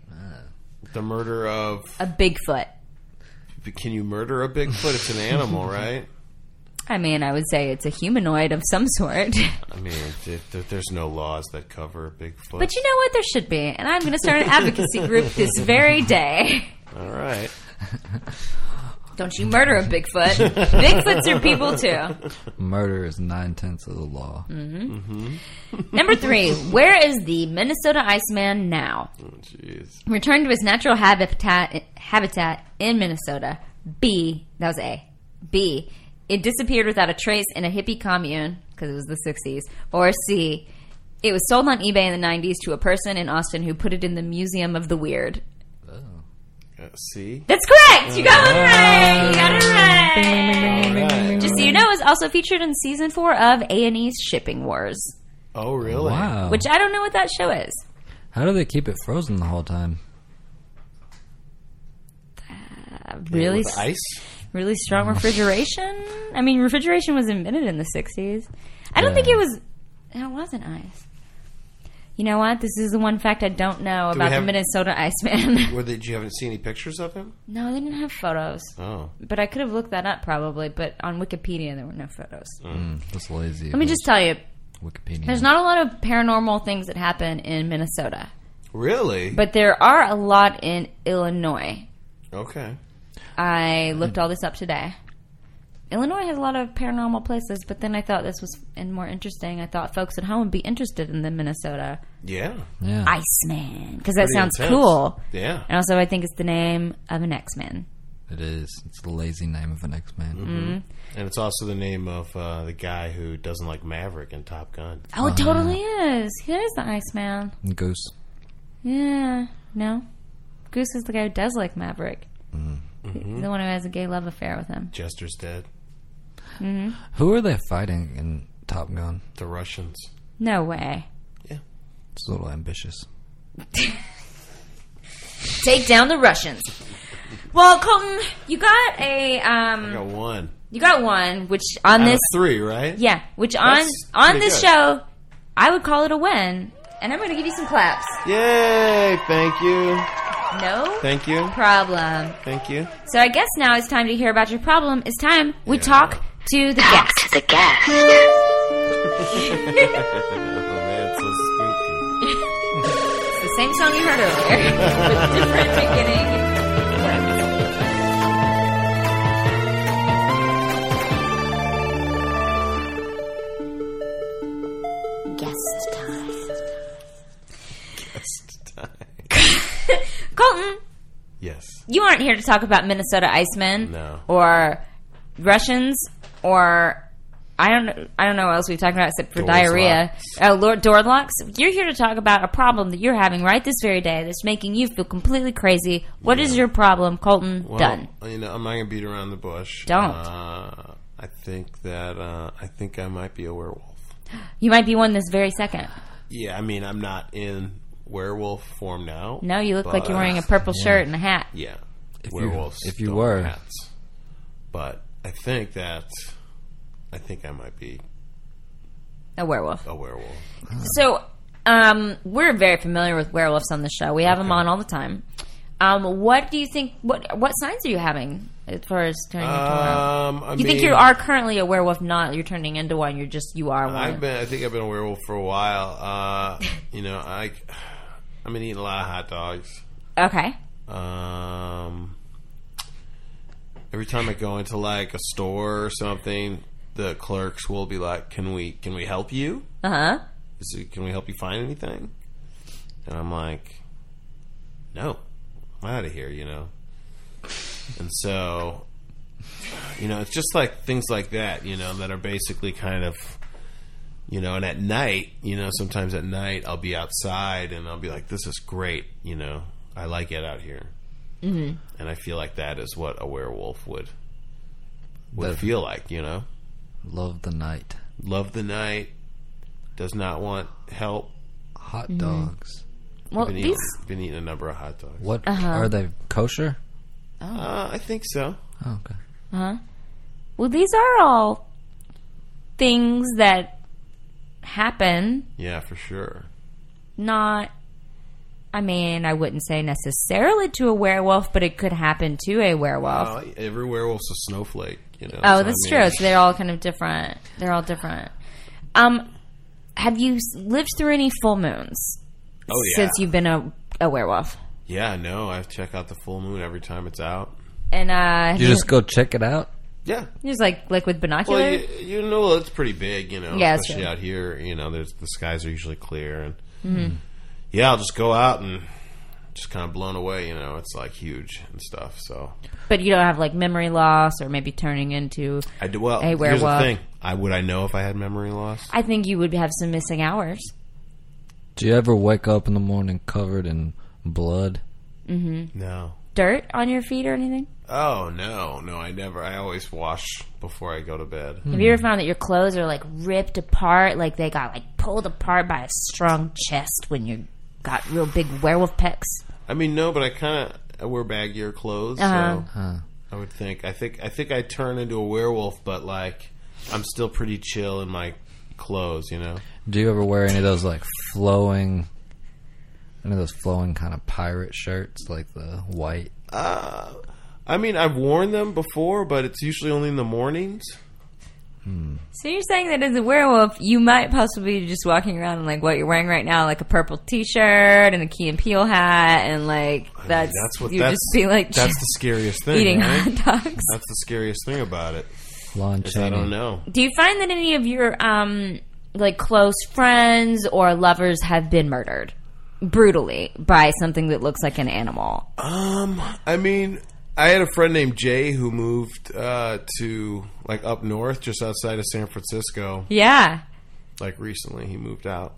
D: The murder of.
C: A Bigfoot.
D: Can you murder a Bigfoot? It's an animal, right?
C: I mean, I would say it's a humanoid of some sort.
D: I mean, th- th- there's no laws that cover a Bigfoot.
C: But you know what? There should be. And I'm going to start an advocacy group this very day.
D: All right.
C: Don't you murder a Bigfoot. Bigfoots are people too.
E: Murder is nine tenths of the law.
C: Number three, where is the Minnesota Iceman now?
D: Oh, Jeez.
C: Return to his natural habitat habitat in Minnesota. B. That was A. B. It disappeared without a trace in a hippie commune because it was the 60s. Or C. It was sold on eBay in the 90s to a person in Austin who put it in the Museum of the Weird.
D: Uh, C.
C: That's correct. You got one right. You got it right.
D: Right.
C: Just so you know, it's also featured in season four of A and E's Shipping Wars,
D: Oh, really?
E: Wow.
C: which I don't know what that show is.
E: How do they keep it frozen the whole time?
C: Really,
D: With ice?
C: really strong refrigeration. I mean, refrigeration was invented in the 60s. I don't think it was. It wasn't ice. You know what? This is the one fact I don't know
D: we
C: about
D: have-
C: the Minnesota Iceman.
D: Where did you haven't seen any pictures of him?
C: no, they didn't have photos.
D: Oh,
C: But I could have looked that up probably, but on Wikipedia there were no photos.
E: Mm, that's lazy.
C: Let
D: Mhm.
C: me just tell you,
E: Wikipedia.
C: there's not a lot of paranormal things that happen in Minnesota,
D: really?
C: but there are a lot in Illinois.
D: okay.
C: I looked all this up today. Illinois has a lot of paranormal places, but then I thought this was and more interesting. I thought folks at home would be interested in the Minnesota
D: Yeah.
E: yeah.
C: Iceman because that
D: Pretty
C: sounds
D: intense.
C: cool,
D: Yeah.
C: and also I think it's the name of an X-Man.
E: It is. It's the lazy name of an X Man.
C: Mm-hmm.
D: And it's also the name of uh, the guy who doesn't like Maverick and Top Gun.
C: Oh, it totally
D: Uh-huh.
C: is. He is the Iceman.
E: Goose.
C: Yeah. No, Goose is the guy who does like Maverick.
D: Mm-hmm.
C: He's the one who has a gay love affair with him.
D: Jester's dead.
E: Who are they fighting in Top Gun?
D: The Russians.
C: No way.
E: It's a little ambitious.
C: Take down the Russians. Well, Colton, you got a um,
D: got one.
C: you got one, which on
D: Out of
C: this
D: three, right?
C: yeah, which on
D: That's
C: on
D: pretty
C: this
D: good.
C: show, I would call it a win, and I'm going to give you some claps.
D: Yay! Thank you.
C: No
D: Thank you.
C: problem.
D: Thank you.
C: So I guess now it's time to hear about your problem. It's time we talk to the guest.
F: The guest.
D: Oh man, it's so spooky.
C: It's the same song you heard earlier, with different beginning.
F: Guest time.
C: Colton,
D: Yes.
C: you aren't here to talk about Minnesota Icemen
D: No.
C: or Russians or I don't I don't know what else we've talked about except for
D: Door
C: diarrhea. Oh, Lord door locks. You're here to talk about a problem that you're having right this very day that's making you feel completely crazy. What is your problem, Colton?
D: Well,
C: Done.
D: You know, I'm not gonna beat around the bush.
C: Don't.
D: Uh, I think that uh, I think I might be a werewolf.
C: You might be one this very second.
D: Yeah, I mean, I'm not in werewolf form now.
C: No, you look like you're
D: but-
C: wearing a purple shirt and a hat.
D: Yeah.
E: If you-
D: Werewolves.
E: if you
D: don't
E: were.
D: wear Hats. But I think that. I think I might be
C: A werewolf.
D: a werewolf.
C: So, um, we're very familiar with werewolves on the show. We have them on all the time. Um, what do you think? What what signs are you having as far as turning into a werewolf?
D: Um, I
C: Oh, You think
D: mean,
C: you are currently a werewolf, not you're turning into one. You're just you are one.
D: I've been. I think I've been a werewolf for a while. Uh, you know, I. I've been eating a lot of hot dogs.
C: okay.
D: Um, every time I go into like a store or something, the clerks will be like, "Can we can we help you?
C: Uh huh.
D: Is it, can we help you find anything?" And I'm like, "No, I'm out of here," you know. And so, you know, it's just like things like that, you know, that are basically kind of. You know, and at night, you know, sometimes at night I'll be outside and I'll be like, "This is great," you know, I like it out here and I feel like that is what a werewolf would would
E: That-
D: feel like. You know,
E: Love the night.
D: love the night, does not want help.
E: Hot dogs.
C: Well,
D: Been
C: these
D: eating, been eating a number of hot dogs.
E: What are they kosher?
C: Oh.
D: Uh, I think so.
E: Oh, okay.
C: well these are all things that happen.
D: Yeah, for sure.
C: Not. I mean, I wouldn't say necessarily to a werewolf, but it could happen to a werewolf.
D: Uh, every werewolf's a snowflake. You know.
C: Oh,
D: so I
C: that's
D: mean-
C: true. So they're all kind of different. They're all different. Um, have you s- lived through any full moons
D: Oh yeah.
C: since you've been a, a werewolf?
D: yeah, no, I check out the full moon every time it's out.
C: And uh,
E: You just go check it out.
D: Yeah.
C: you're just like like with binoculars.
D: Well, you, you know, it's pretty big, you know,
C: Yeah, that's
D: especially
C: true.
D: out here. You know, there's the skies are usually clear, and
C: Mm-hmm.
D: yeah, I'll just go out and just kind of blown away. You know, it's like huge and stuff. So
C: but you don't have like memory loss or maybe turning into.
D: I do well.
C: Hey,
D: here's the
C: werewolf.
D: thing: I would I know if I had memory loss?
C: I think you would have some missing hours.
E: Do you ever wake up in the morning covered in blood?
D: No.
C: Dirt on your feet or anything?
D: Oh no, no, I never. I always wash before I go to bed.
C: Have you ever found that your clothes are like ripped apart, like they got like pulled apart by a strong chest when you got real big werewolf pecs?
D: I mean, no, but I kind of I wear baggier clothes,
C: Uh-huh.
D: so I would think. I think I think I turn into a werewolf, but like I'm still pretty chill in my clothes. You know.
E: Do you ever wear any of those like flowing, any of those flowing kind of pirate shirts, like the white?
D: I mean, I've worn them before, but it's usually only in the mornings.
C: So you're saying that as a werewolf, you might possibly be just walking around in like what you're wearing right now, like a purple T-shirt and a Key and Peele hat, and like that's
D: that's what-
C: you
D: that's-
C: just be like
D: That's the scariest thing.
C: eating
D: right?
C: hot dogs.
D: That's the scariest thing about it.
E: Lon
D: is I
E: Chaney.
D: don't know.
C: Do you find that any of your um like close friends or lovers have been murdered brutally by something that looks like an animal?
D: Um, I mean, I had a friend named Jay who moved uh, to like up north, just outside of San Francisco.
C: Yeah.
D: Like recently, he moved out.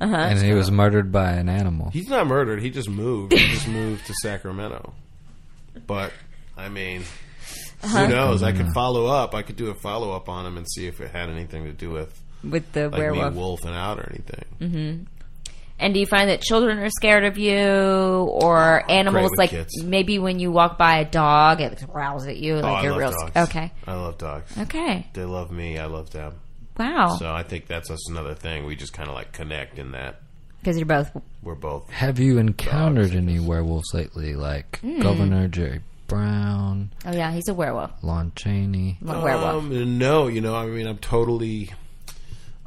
E: And he was murdered by an animal.
D: He's not murdered. He just moved. He just moved to Sacramento. But I mean,
C: Uh-huh.
D: who knows? I could follow up. I could do a follow up on him and see if it had anything to do with
C: With the
D: like me
C: werewolf,
D: wolfing out or anything.
C: And do you find that children are scared of you or animals?
D: with
C: Like
D: kids.
C: maybe when you walk by a dog, it growls at you.
D: Oh,
C: Like
D: I
C: you're
D: love
C: real
D: dogs.
C: sc- okay.
D: I love dogs.
C: Okay.
D: They love me. I love them.
C: Wow.
D: So I think that's just another thing. We just kind of like connect in that
C: Because you're both.
D: we're both.
E: Have you encountered any werewolves lately, like Governor Jerry Brown,
C: Oh yeah, he's a werewolf.
E: Lon Chaney?
C: I'm a werewolf.
D: Um, no, you know, I mean, I'm totally,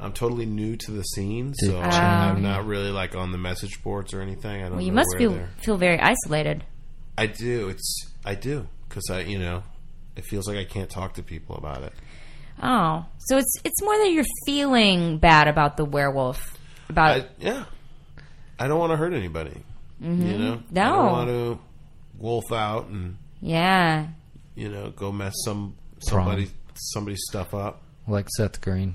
D: I'm totally new to the scene, so I'm not really like on the message boards or anything. I don't.
C: Well, you
D: know
C: must
D: where
C: feel
D: they're-
C: feel very isolated.
D: I do. It's I do because I you know it feels like I can't talk to people about it.
C: Oh, so it's it's more that you're feeling bad about the werewolf. About
D: I, yeah, I don't want to hurt anybody. You know, I
C: Mm-hmm. No.
D: don't want to wolf out and
C: yeah,
D: you know go mess some somebody somebody's stuff up.
E: Like Seth Green.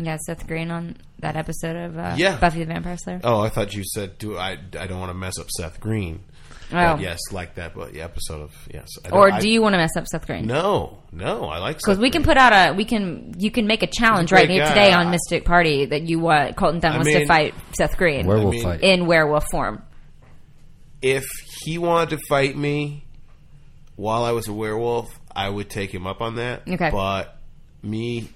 C: yeah. Seth Green on that episode of uh,
D: Yeah.
C: Buffy the Vampire Slayer.
D: Oh, I thought you said do I? I don't want to mess up Seth Green.
C: Oh.
D: But Uh, yes, like that. But the episode of yes. I don't-
C: or
D: I-
C: do you want to mess up Seth Green?
D: No, no. I like
C: Because
D: Seth
C: we can
D: Green.
C: put out a, we can, you can make a challenge
D: He's a
C: right
D: great
C: here
D: guy.
C: today on Mystic Party that you want Colton Dunn
D: I
C: wants to
D: mean-
C: fight Seth Green
E: Werewolf
D: mean-
E: fight.
C: in werewolf form.
D: if he wanted to fight me while I was a werewolf, I would take him up on that.
C: Okay.
D: But me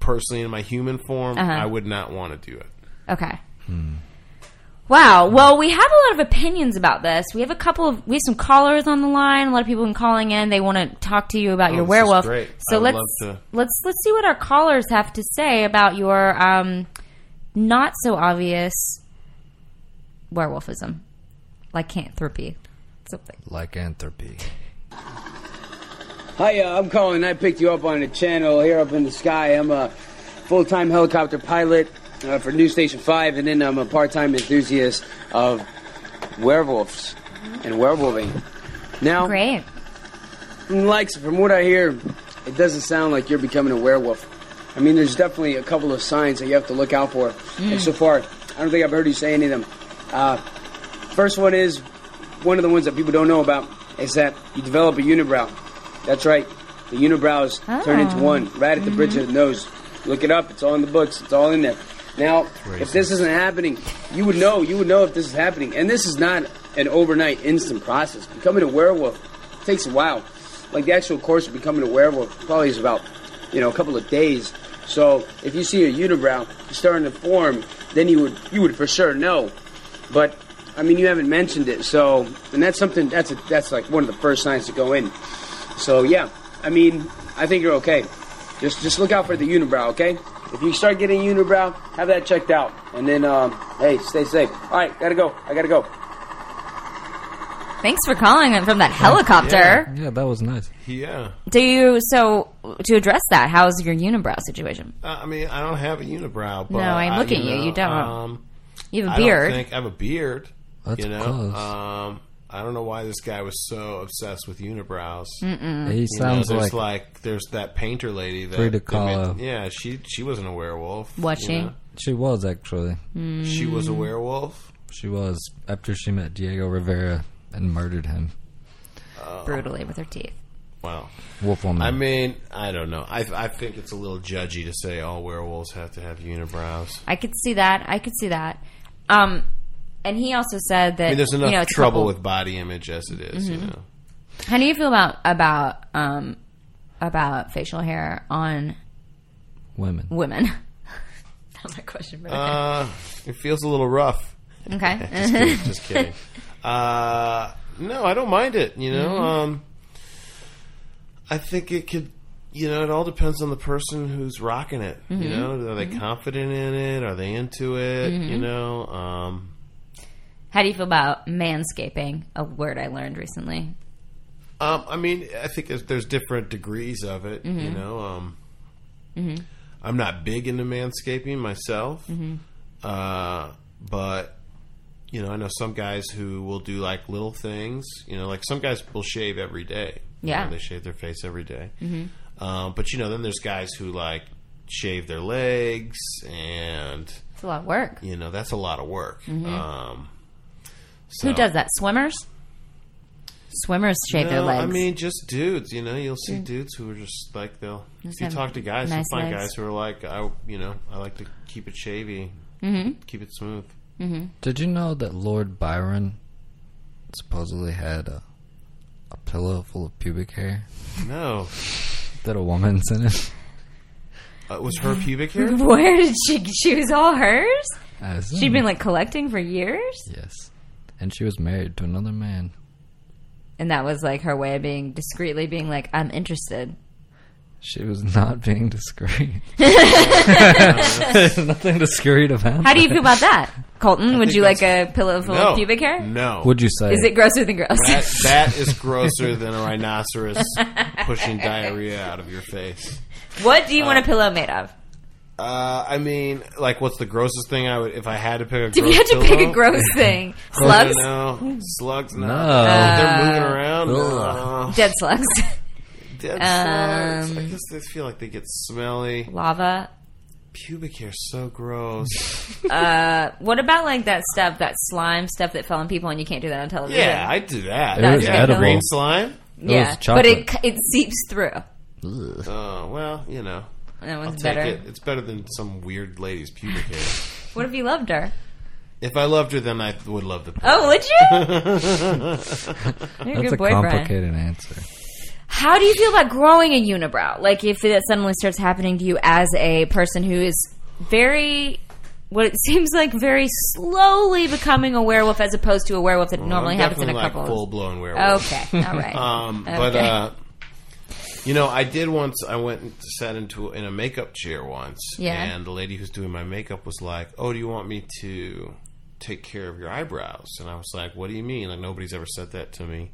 D: personally, in my human form,
C: Uh-huh.
D: I would not want to do it.
C: Okay.
D: Hmm.
C: Wow. Well, we have a lot of opinions about this. We have a couple of we have some callers on the line. A lot of people have been calling in. They want to talk to you about your
D: Oh, this is
C: werewolf.
D: great.
C: So
D: I would
C: let's
D: love to-
C: let's let's see what our callers have to say about your um, not so obvious werewolfism, lycanthropy, something.
E: Like Anthropy.
G: Hi, uh, I'm Colin. I picked you up on the channel here up in the sky. I'm a full-time helicopter pilot uh, for News Station 5, and then I'm a part-time enthusiast of werewolves and werewolving. Now,
C: Great.
G: like from what I hear, it doesn't sound like you're becoming a werewolf. I mean, there's definitely a couple of signs that you have to look out for. And so far, I don't think I've heard you say any of them. Uh, first one is one of the ones that people don't know about is that you develop a unibrow. That's right, the unibrows turn into one right at the bridge of the nose. Look it up; it's all in the books. It's all in there. Now, if this isn't happening, you would know. You would know if this is happening. And this is not an overnight, instant process. Becoming a werewolf takes a while. Like the actual course of becoming a werewolf probably is about, you know, a couple of days. So if you see a unibrow starting to form, then you would you would for sure know. But I mean, you haven't mentioned it, so and that's something that's a, that's like one of the first signs to go in. So yeah, I mean, I think you're okay. Just just look out for the unibrow, okay? If you start getting unibrow, have that checked out, and then um, hey, stay safe. All right, gotta go. I gotta go.
C: Thanks for calling in from that helicopter.
E: Yeah, that was nice.
D: Yeah.
C: Do you so to address that? How's your unibrow situation?
D: Uh, I mean, I don't have a unibrow, but
C: No, I'm
D: I-
C: looking at you.
D: know,
C: You don't.
D: Um,
C: You have
D: I
C: a beard.
D: don't think I have a beard.
E: That's
D: you know,
E: close.
D: um, I don't know why this guy was so obsessed with unibrows.
E: He
D: You know,
E: sounds
D: there's
E: like,
D: like, there's that painter lady that
E: Frida Kahlo.
D: yeah, she she wasn't a werewolf.
C: Was
D: you
C: she?
D: know?
E: she was actually.
D: She was
C: Mm.
D: a werewolf.
E: She was after she met Diego Rivera and murdered him.
D: uh,
C: brutally with her teeth.
D: Wow.
E: Wolf woman.
D: I mean, I don't know. I I think it's a little judgy to say all werewolves have to have unibrows.
C: I could see that. I could see that. Um, and he also said that
D: I mean, there's enough
C: you know, it's a couple-
D: trouble
C: Mm-hmm.
D: with body image as it is, You know,
C: How do you feel about about um about facial hair on
E: women.
C: women? Not my question, but okay.
D: uh, it feels a little rough.
C: okay.
D: Just kidding. just kidding. Uh, no, I don't mind it. You know,
C: Mm-hmm.
D: um, I think it could. You know, it all depends on the person who's rocking it.
C: Mm-hmm.
D: You know, are they confident in it? Are they into it? You
C: Mm-hmm.
D: know, um,
C: How do you feel about manscaping? A word I learned recently.
D: um, I mean, I think there's, there's different degrees of it.
C: Mm-hmm.
D: You know, um, I'm not big into manscaping myself,
C: Mm-hmm.
D: uh, but you know, I know some guys who will do like little things. You know, like some guys will shave every day. You
C: Yeah. Mm-hmm.
D: know, they shave their face every day. Um, but you know, then there's guys who like shave their legs, and
C: It's a lot of work.
D: you know, that's a lot of work. Um,
C: Mm-hmm.
D: so,
C: Who does that? Swimmers. Swimmers shave their
D: No,
C: legs.
D: I mean, just dudes. You know, you'll see dudes who are just like they'll. if you
C: have
D: talk to guys,
C: nice
D: you'll find
C: legs. Mm-hmm.
D: guys who are like, I, you know, I like to keep it shavy, keep it smooth.
E: Did you know that Lord Byron supposedly had a, a pillow full of pubic hair
D: No,
E: that a woman's in it?
D: uh, was her pubic hair?
C: Where did she? She was all hers.
E: I
C: She'd
E: assume.
C: been like collecting for years,
E: yes, and she was married to another man.
C: and that was like her way of being discreetly being like, "I'm interested."
E: She was not being discreet. There's nothing discreet about.
C: How do you feel about that, Colton? Would you like a pillow full
D: No, Mm.
C: of pubic hair?
D: No.
E: Would you say?
C: Is it grosser than gross?
D: that, that is grosser than a rhinoceros pushing diarrhea out of your face.
C: what do you want a pillow made of?
D: Uh, I mean, like, what's the grossest thing I would if I had to pick a?
C: If you
D: gross
C: had to pick a
D: pillow?
C: gross thing,
D: I
C: slugs,
D: don't know. slugs, no.
E: No.
D: They're moving around.
E: Ugh.
C: dead slugs,
D: No. Dead slugs. I guess they feel like they get smelly.
C: lava.
D: Pubic hair, so gross.
C: What about like that stuff, that slime stuff that fell on people, and you can't do that on television?
D: yeah, I'd do that.
E: It was
C: Yeah.
E: edible.
D: Green slime.
C: yeah,
E: was
C: but
E: chocolate.
C: it c- it seeps through.
D: Oh well, you know.
C: That
D: I'll
C: one's
D: take
C: better.
D: it. It's better than some weird lady's pubic hair.
C: What if you loved her?
D: If I loved her, then I would love the.
C: Oh, would you? You're a
E: That's
C: good
E: a
C: boyfriend.
E: complicated answer.
C: How do you feel about growing a unibrow? Like, if that suddenly starts happening to you as a person who is very, what it seems like, very slowly becoming a werewolf as opposed to a werewolf that normally happens in a
D: definitely like
C: couple. Oh,
D: full blown werewolf.
C: okay, all right.
D: Um, But
C: Okay.
D: uh, you know, I did once. I went and sat into in a makeup chair once,
C: Yeah.
D: and the lady who's doing my makeup was like, "Oh, do you want me to take care of your eyebrows?" And I was like, "What do you mean? Like nobody's ever said that to me.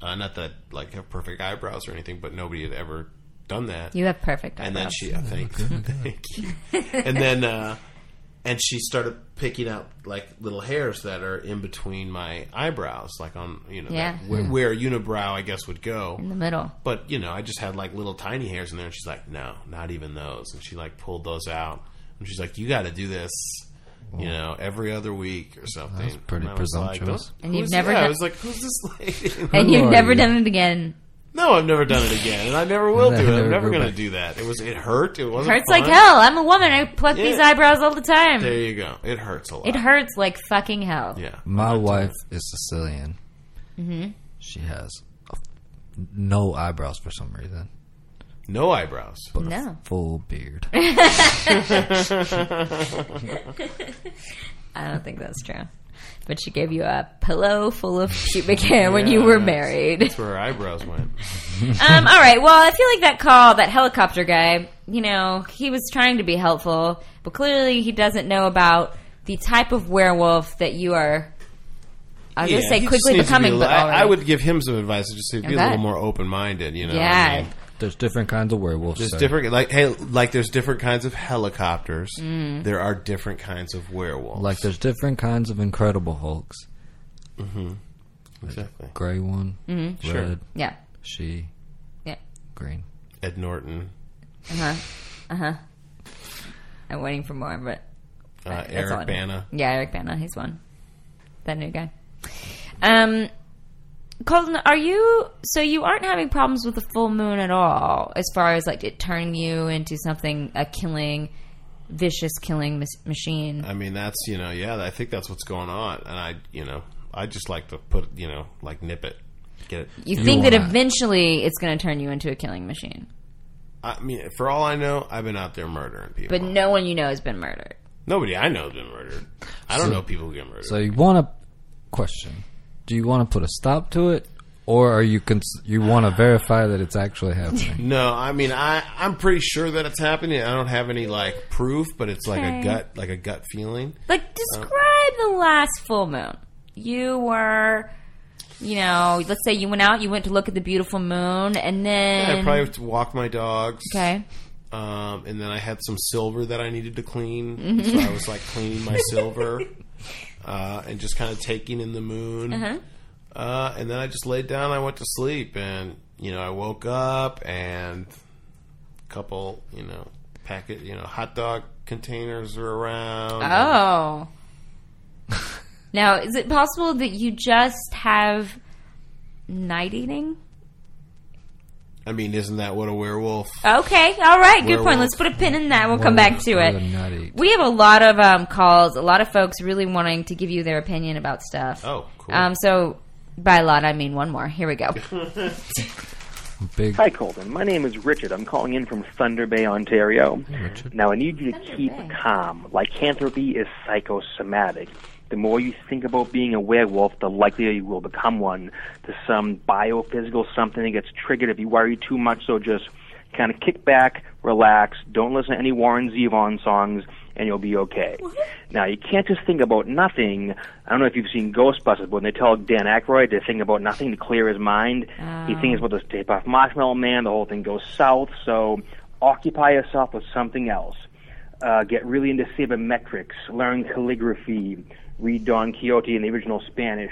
D: Uh, not that like have perfect eyebrows or anything, but nobody had ever done that."
C: you have perfect eyebrows.
D: and then she, I think, thank you. And then, uh, and she started picking up like little hairs that are in between my eyebrows, like on you know
C: Yeah.
D: that- where, where a unibrow I guess would go.
C: in the middle.
D: But you know, I just had like little tiny hairs in there, and she's like, "No, not even those." And she like pulled those out, and she's like, "You got to do this." You know, every other week or something.
E: Oh. That's pretty
D: And I was like,
E: presumptuous.
D: "Don't-
C: And you've
D: who's-
C: never
D: Yeah, I
C: done-
D: was like, "Who's this lady?"
C: And
E: Who
C: you've
E: are
C: never
E: you?
C: done it again.
D: no, I've never done it again, and I never will do it.
E: Never
D: I'm never
E: go
D: going to
E: back.
D: do that. It was. It hurt. It wasn't.
C: Hurts
D: fun.
C: like hell. I'm a woman. I pluck
D: Yeah.
C: these eyebrows all the time.
D: There you go. It hurts a lot.
C: it hurts like fucking hell.
D: Yeah.
E: My wife is Sicilian. Mm-hmm. She has a, no eyebrows for some reason,
D: No eyebrows.
E: but
C: No.
E: a full beard.
C: I don't think that's true. But she gave you a pillow full of pubic hair when you were
D: Yeah, that's-
C: married.
D: That's where her eyebrows went.
C: um, all right. Well, I feel like that call, that helicopter guy, you know, he was trying to be helpful, but clearly he doesn't know about the type of werewolf that you are. I was
D: Yeah,
C: going
D: he
C: to say
D: just
C: quickly
D: needs to
C: becoming,
D: be-
C: but
D: I, I
C: already.
D: would give him some advice to just to be
C: Okay.
D: a little more open minded. You know,
C: Yeah.
D: I mean,
E: There's different kinds of werewolves.
D: there's
E: sir.
D: different like hey like there's different kinds of helicopters.
C: Mm.
D: There are different kinds of werewolves.
E: Like there's different kinds of Incredible Hulks.
D: exactly
E: Gray one, red,
D: Sure.
C: Yeah.
E: she,
C: Mm-hmm. Yeah.
E: green.
D: Ed Norton,
C: I'm waiting for more, but
D: uh,
C: that's all I know.
D: Eric Bana.
C: Yeah, Eric Bana. He's one. That new guy. Um, Colton, are you so you aren't having problems with the full moon at all? As far as like it turning you into something a killing, vicious killing mas- machine.
D: I mean, that's you know, yeah. I think that's what's going on, and I you know, I just like to put you know, like nip it, get it.
C: You think that
E: want it.
C: eventually it's going to turn you into a killing machine,
D: I mean, for all I know, I've been out there murdering people.
C: but no one you know has been murdered.
D: Nobody I know has been murdered. I don't know people who get murdered.
E: So you want to question? Do you want to put a stop to it, or are you cons- you want to verify that it's actually happening?
D: no, I mean I I'm pretty sure that it's happening. I don't have any like proof, but it's like
C: Okay.
D: a gut like a gut feeling.
C: Like, describe the last full moon. You were, you know, let's say you went out, you went to look at the beautiful moon, and then
D: I probably have to walk my dogs.
C: okay.
D: Um, and then I had some silver that I needed to clean,
C: Mm-hmm.
D: so I was like cleaning my silver, uh, and just kind of taking in the moon.
C: Uh-huh.
D: uh and then I just laid down. I went to sleep, and you know I woke up and a couple you know packet you know hot dog containers were around.
C: Oh. now, is it possible that you just have night eating?
D: I mean, isn't that what a werewolf?
C: Okay, all right, good
D: Werewolf.
C: point. Let's put a pin in that. We'll come back to
E: Werewolf
C: it.
E: are nutty.
C: We have a lot of um, calls, a lot of folks really wanting to give you their opinion about stuff.
D: Oh, cool.
C: Um, so by a lot, I mean one more. Here we go.
E: Big
H: Hi, Colton. My name is Richard. I'm calling in from Thunder Bay, Ontario.
E: Richard.
H: Now, I need you to
C: Thunder
H: keep
C: Bay.
H: calm. Lycanthropy is psychosomatic. The more you think about being a werewolf, the likelier you will become one. There's some biophysical something that gets triggered if you worry too much, so just kind of kick back, relax, don't listen to any Warren Zevon songs, and you'll be okay. Now, you can't just think about nothing. I don't know if you've seen Ghostbusters, but when they tell Dan Aykroyd to think about nothing to clear his mind, he thinks about this tape off Marshmallow Man, the whole thing goes south, so occupy yourself with something else. Uh, get really into sabermetrics, learn calligraphy, read Don Quixote in the original Spanish.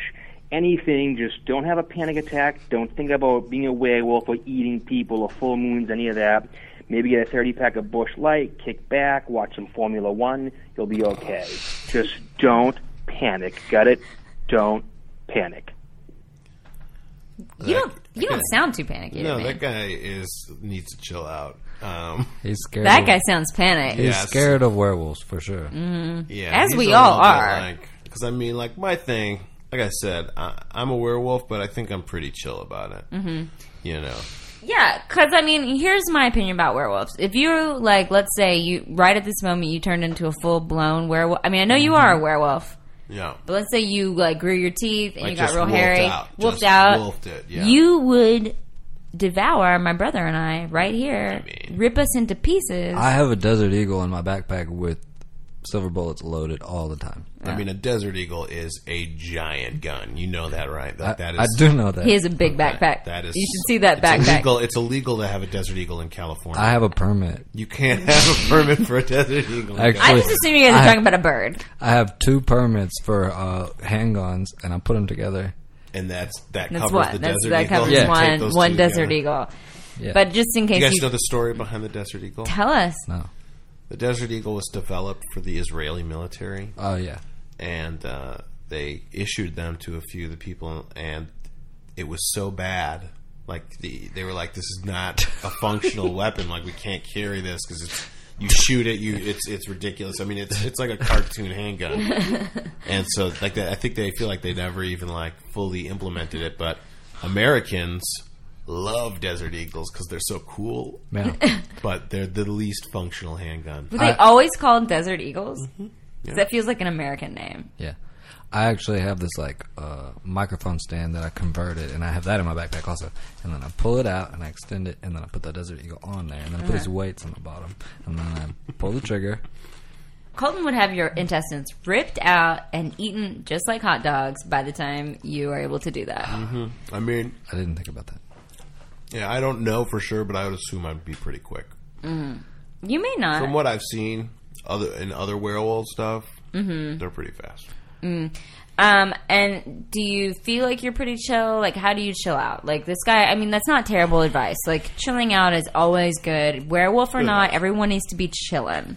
H: Anything, just don't have a panic attack. Don't think about being a werewolf or eating people or full moons, any of that. Maybe get a 30 pack of Bush Light, kick back, watch some Formula One. You'll be okay. Just don't panic. Got it? Don't panic.
C: You don't, you don't sound too panicky.
D: no,
C: to me.
D: that guy is needs to chill out. Um,
E: He's scared.
C: That
E: of,
C: guy sounds panicked.
E: He's
D: Yes.
E: scared of werewolves for sure.
D: yeah,
C: As we all are.
D: Because I mean, like my thing, like I said, I, I'm a werewolf, but I think I'm pretty chill about it. Mm-hmm. You know,
C: Yeah, because I mean, here's my opinion about werewolves. If you like, let's say you right at this moment you turned into a full blown werewolf. I mean, I know you
D: Mm-hmm.
C: are a werewolf,
D: yeah.
C: but let's say you like grew your teeth and
D: Like,
C: you got
D: just
C: real
D: wolfed
C: hairy,
D: out.
C: wolfed
D: Just
C: out.
D: wolfed it, yeah.
C: You would devour my brother and I right here,
D: I mean-
C: rip us into pieces.
E: I have a desert eagle in my backpack with silver bullets loaded all the time.
D: I mean, a desert eagle is a giant gun. You know that, right?
E: I,
D: That, that is.
E: I do know that.
C: he has a big backpack.
D: That is.
C: you should see that
D: it's
C: backpack.
D: Illegal, it's illegal to have a desert eagle in California.
E: I have a permit.
D: you can't have a permit for a desert eagle. in
E: Actually-
C: I just assume you guys are
E: I-
C: talking about a bird.
E: I have two permits for uh, handguns, and I put them together.
D: and that's that
C: That's
D: covers
C: what.
D: the
C: That's,
D: desert
C: that
D: eagle.
C: covers
D: You
E: Yeah.
D: take
C: one
D: those
C: one
D: two
C: desert
D: together.
C: eagle.
E: Yeah.
C: But just in
D: You
C: case
D: guys
C: you
D: know the story behind the desert eagle?
C: tell us,
E: no.
D: The desert eagle was developed for the Israeli military,
E: Oh yeah.
D: and uh, they issued them to a few of the people, and it was so bad. Like the, they were like, "This is not a functional weapon. Like we can't carry this because it's." You shoot it, you it's it's ridiculous. I mean, it's it's like a cartoon handgun, and so like that. I think they feel like they never even like fully implemented it. But Americans love desert eagles because they're so cool,
E: Yeah.
D: but they're the least functional handgun.
C: Were they
E: I-
C: always called desert eagles?
D: mm-hmm.
C: 'Cause That feels like an American name.
E: yeah. I actually have this like uh, microphone stand that I converted, and I have that in my backpack also. And then I pull it out and I extend it, and then I put the desert eagle on there, and then I put these weights on the bottom, and then I pull the trigger.
C: Colton would have your intestines ripped out and eaten just like hot dogs by the time you are able to do that.
D: Mm-hmm. Hmm. I mean,
E: I didn't think about that.
D: Yeah, I don't know for sure, but I would assume I'd be pretty quick.
C: You may not.
D: From what I've seen, other in other werewolf stuff,
C: Mm-hmm.
D: they're pretty fast.
C: Um, and do you feel like you're pretty chill? Like, how do you chill out? Like, this guy, I mean, that's not terrible advice. Like, chilling out is always good. Werewolf or not, everyone needs to be chilling.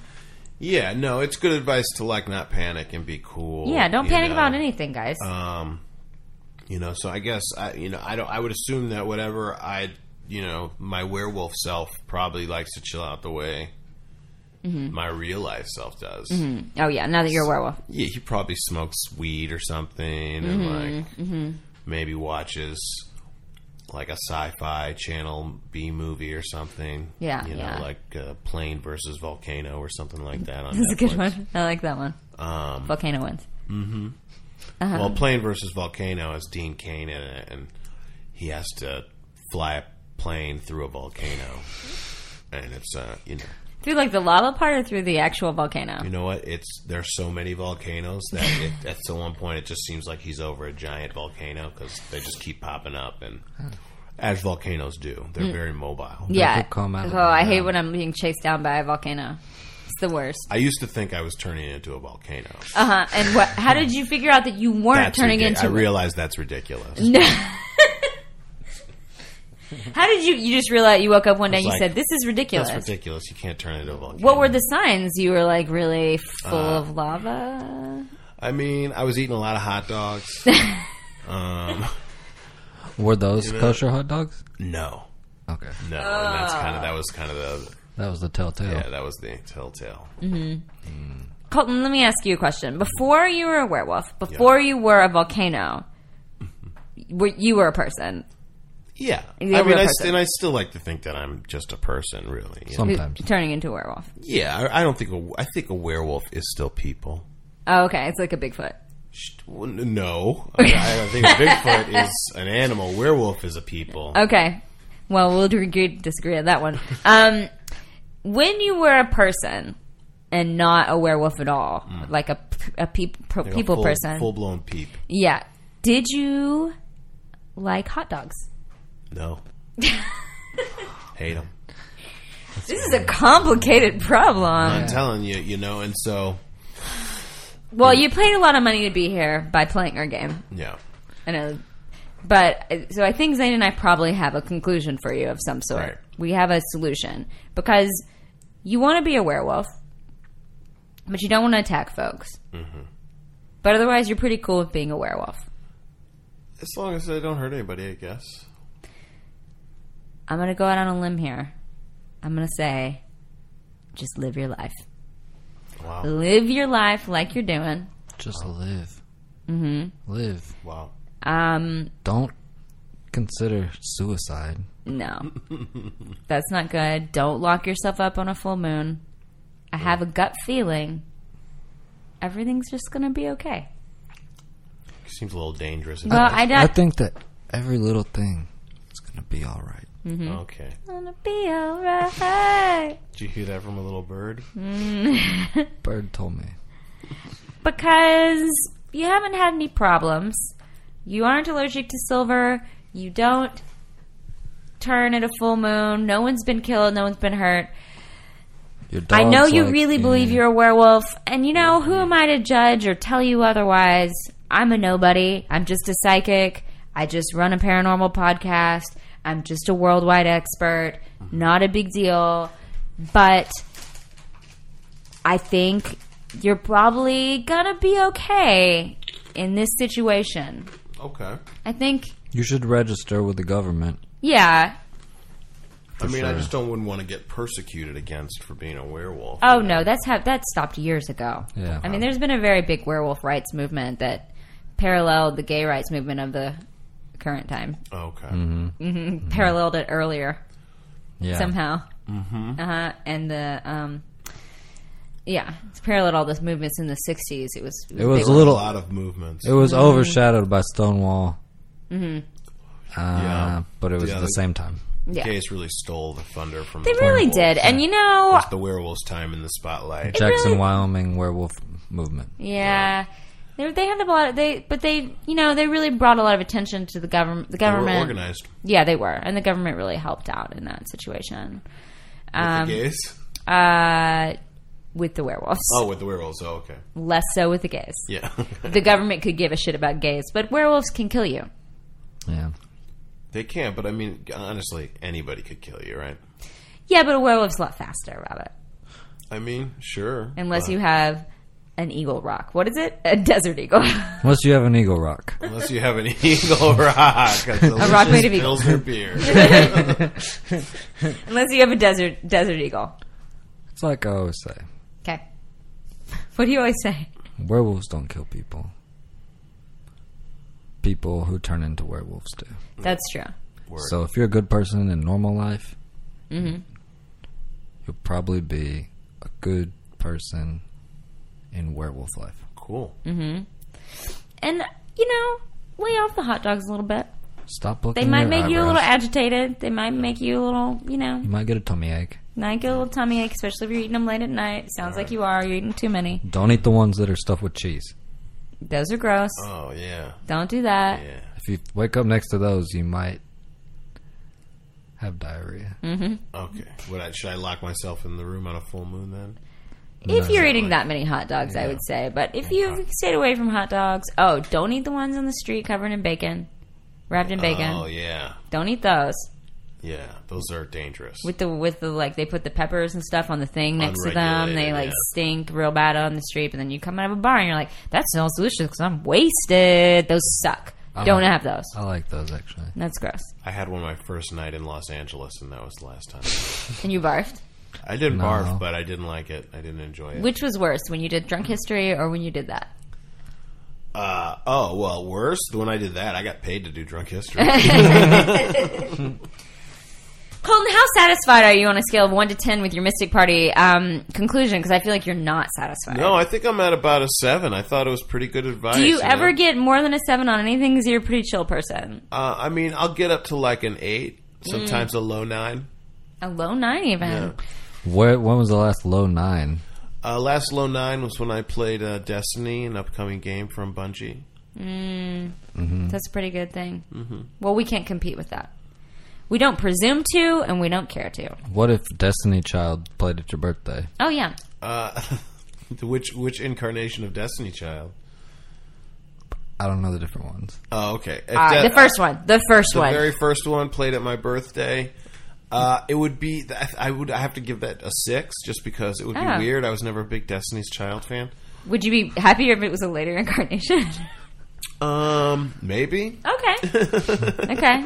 D: Yeah, no, it's good advice to like not panic and be cool.
C: Yeah, don't
D: you
C: panic
D: know.
C: about anything, guys.
D: Um, you know, so I guess I, you know, I don't. I would assume that whatever I, you know, my werewolf self probably likes to chill out the way
C: Mm-hmm.
D: my real life self does.
C: oh, yeah, now that you're a werewolf.
D: Yeah, he probably smokes weed or something, and
C: Mm-hmm,
D: like maybe watches like a sci-fi channel B movie or something.
C: Yeah,
D: you know,
C: yeah.
D: like uh, Plane versus Volcano or something like that. On
C: That's a good
D: Netflix.
C: one. I like that one.
D: Um,
C: Volcano wins.
D: Well, Plane versus Volcano has Dean Kane in it, and he has to fly a plane through a volcano, and it's uh, you know,
C: Through like the lava part or through the actual volcano?
D: you know what? It's there's so many volcanoes that it, at some one point it just seems like he's over a giant volcano because they just keep popping up, and as volcanoes do, they're very mobile.
C: Hmm. yeah.
E: could come out of
C: oh,
E: the
C: I hate
E: ground.
C: when I'm being chased down by a volcano. It's the worst.
D: I used to think I was turning into a volcano.
C: Uh huh. And what? How did you figure out that you weren't turning
D: ridic-
C: into?
D: I realize that's ridiculous.
C: how did you? You just realized you woke up one day and you
D: like,
C: said, "This is ridiculous."
D: That's ridiculous. You can't turn into a volcano.
C: What were the signs? You were like really full
D: Uh,
C: of lava.
D: I mean, I was eating a lot of hot dogs. um,
E: Were those kosher hot dogs?
D: no.
E: Okay.
D: No, and that's kind of that was kind of the
E: That was the telltale.
D: yeah that was the telltale.
C: Mm. Colton, let me ask you a question. Before you were a werewolf, before you were a volcano, were, you were a person.
D: Yeah,
C: You're
D: I
C: a real
D: mean, I,
C: person.
D: st- and I still like to think that I'm just a person, really. you know?
C: who-
E: Sometimes.
C: Turning into a werewolf.
D: yeah, I, I don't think a, I think a werewolf is still people.
C: Oh, okay. It's like a Bigfoot.
D: Sh- well, n- No, I, I think Bigfoot is an animal. Werewolf is a people.
C: Okay. Well, we'll agree, disagree on that one. Um, when you were a person and not a werewolf at all, like a, p- a peop, pro,
D: Mm. Like a
C: people
D: full,
C: person,
D: full blown peep.
C: yeah. Did you like hot dogs?
D: No, hate them.
C: This is a complicated problem.
D: I'm telling you, you know, and so
C: Well, you paid a lot of money to be here by playing our game.
D: yeah,
C: I know. But uh, so I think Zane and I probably have a conclusion for you of some sort.
D: Right.
C: We have a solution because you want to be a werewolf, but you don't want to attack folks. But otherwise, you're pretty cool with being a werewolf.
D: as long as they don't hurt anybody, I guess.
C: I'm going to go out on a limb here. I'm going to say, just live your life.
D: Wow,
C: Live your life like you're doing.
E: Just live. Mm-hmm. Live.
D: wow.
C: Um,
E: Don't consider suicide.
C: no, that's not good. Don't lock yourself up on a full moon. I have a gut feeling everything's just going to be okay.
D: Seems a little dangerous.
C: Well, I
E: I
C: don't
E: think that every little thing is gonna be all right.
D: Mm-hmm. Okay.
C: gonna be alright
D: Did you hear that from a little bird?
E: Bird told me.
C: because you haven't had any problems. You aren't allergic to silver. You don't turn at a full moon. No one's been killed. No one's been hurt.
E: Your
C: I know
E: dog's
C: you
E: like,
C: really believe
E: "Eh."
C: you're a werewolf, and you know who am I to judge or tell you otherwise? I'm a nobody. I'm just a psychic. I just run a paranormal podcast. I'm just a worldwide expert. Not a big deal, but I think you're probably gonna be okay in this situation.
D: Okay.
C: I think,
E: You should register with the government.
C: yeah.
D: I mean, I
E: sure.
D: just don't wouldn't want to get persecuted against for being a werewolf.
C: Oh no, that's how that stopped years ago.
E: Yeah.
C: I mean, there's been a very big werewolf rights movement that paralleled the gay rights movement of the current time,
D: Okay.
C: paralleled it earlier
E: Yeah.
C: somehow. Mm-hmm. Uh-huh. And the um, yeah, it's paralleled all those movements in the '60s. It was
E: It was a
C: big-
D: A
E: little.
D: lot of movements.
E: It
C: Mm-hmm.
E: was overshadowed by Stonewall. Mm-hmm. Uh,
D: Yeah.
E: But it was
D: Yeah,
E: at the
D: like-
E: same time.
D: The
C: yeah.
D: case really stole the thunder from.
C: They
D: the
C: really
D: werewolves.
C: did, and you know,
D: It's the werewolves' time in the spotlight.
E: Jackson,
C: really-
E: Wyoming werewolf movement.
C: yeah. They, they had a lot. Of, they but they you know they really brought a lot of attention to the government. The
D: They were
C: government
D: organized.
C: Yeah, they were, and the government really helped out in that situation. Um,
D: the gays.
C: uh, with the werewolves,
D: Oh, with the werewolves. Oh, okay.
C: less so with the gays.
D: Yeah.
C: The government could give a shit about gays, but werewolves can kill you.
E: Yeah.
D: they can't. But I mean, honestly, anybody could kill you, right?
C: Yeah, but a werewolf's a lot faster, Robert.
D: I mean, sure.
C: Unless
D: but-
C: you have an eagle rock. What is it? A desert eagle.
E: Unless you have an eagle rock.
D: unless you have an eagle rock, a
C: rock made of eagle.
D: Pilsner beer.
C: Unless you have a desert desert eagle.
E: It's like I always say
C: Okay. What do you always say?
E: werewolves don't kill people. People who turn into werewolves do.
C: That's true.
E: So if you're a good person in normal life,
C: Mm-hmm.
E: you'll probably be a good person in werewolf life.
D: cool.
C: And you know, lay off the hot dogs a little bit.
E: Stop looking.
C: They might
E: your
C: make you a
E: eyebrows.
C: little agitated. They might make you a little, you know,
E: You might get a tummy ache.
C: might get a little tummy ache, especially if you're eating them late at night. Sounds like you are. You're eating too many.
E: Don't eat the ones that are stuffed with cheese.
C: Those are gross.
D: Oh yeah,
C: Don't do that.
D: yeah.
E: If you wake up next to those, you might have diarrhea.
C: Mm.
D: Okay. Would I, should I lock myself in the room on a full moon then?
C: If you're eating that many hot dogs, I would say. But if you've
D: uh,
C: stayed away from hot dogs, oh, don't eat the ones on the street covered in bacon, wrapped in bacon.
D: Oh yeah,
C: Don't eat those
D: yeah. Those are dangerous.
C: with the with the like they put the peppers and stuff on the thing next to them. They
D: Unregulated,
C: like
D: yeah.
C: stink real bad on the street, but then you come out of a bar and you're like, that smells delicious because I'm wasted. Those suck.
D: Uh-huh.
C: Don't have those.
E: I like those actually.
C: That's gross.
D: I had one my first night in Los Angeles, and that was the last time.
C: And you barfed.
D: I didn't
E: No.
D: barf, but I didn't like it. I didn't enjoy it.
C: Which was worse, when you did drunk history or when you did that?
D: Uh, oh well, worse when I did that. I got paid to do drunk history.
C: Colton, how satisfied are you on a scale of one to ten with your Mystic Party um, conclusion? Because I feel like you're not satisfied.
D: no, I think I'm at about a seven. I thought it was pretty good advice.
C: Do you
D: know?
C: ever get more than a seven on anything? Because you're a pretty chill person.
D: Uh, I mean, I'll get up to like an eight,
C: Mm.
D: sometimes a low nine.
C: A low nine, even.
E: Where, when was the last low nine?
D: Uh, last low nine was when I played uh, Destiny, an upcoming game from Bungie.
C: That's a pretty good thing.
D: Mm-hmm.
C: Well, we can't compete with that. We don't presume to, and we don't care to.
E: What if Destiny Child played at your birthday?
C: Oh yeah,
D: Uh, which which incarnation of Destiny Child?
E: I don't know the different ones.
D: Oh, okay. If
C: Uh,
D: De-
C: the first one, the first
D: the
C: one.
D: very first one played at my birthday. Uh, it would be I- I would I have to give that a six just because it would
C: Oh.
D: be weird. I was never a big Destiny's Child fan.
C: Would you be happier if it was a later incarnation?
D: Um, maybe.
C: okay, okay.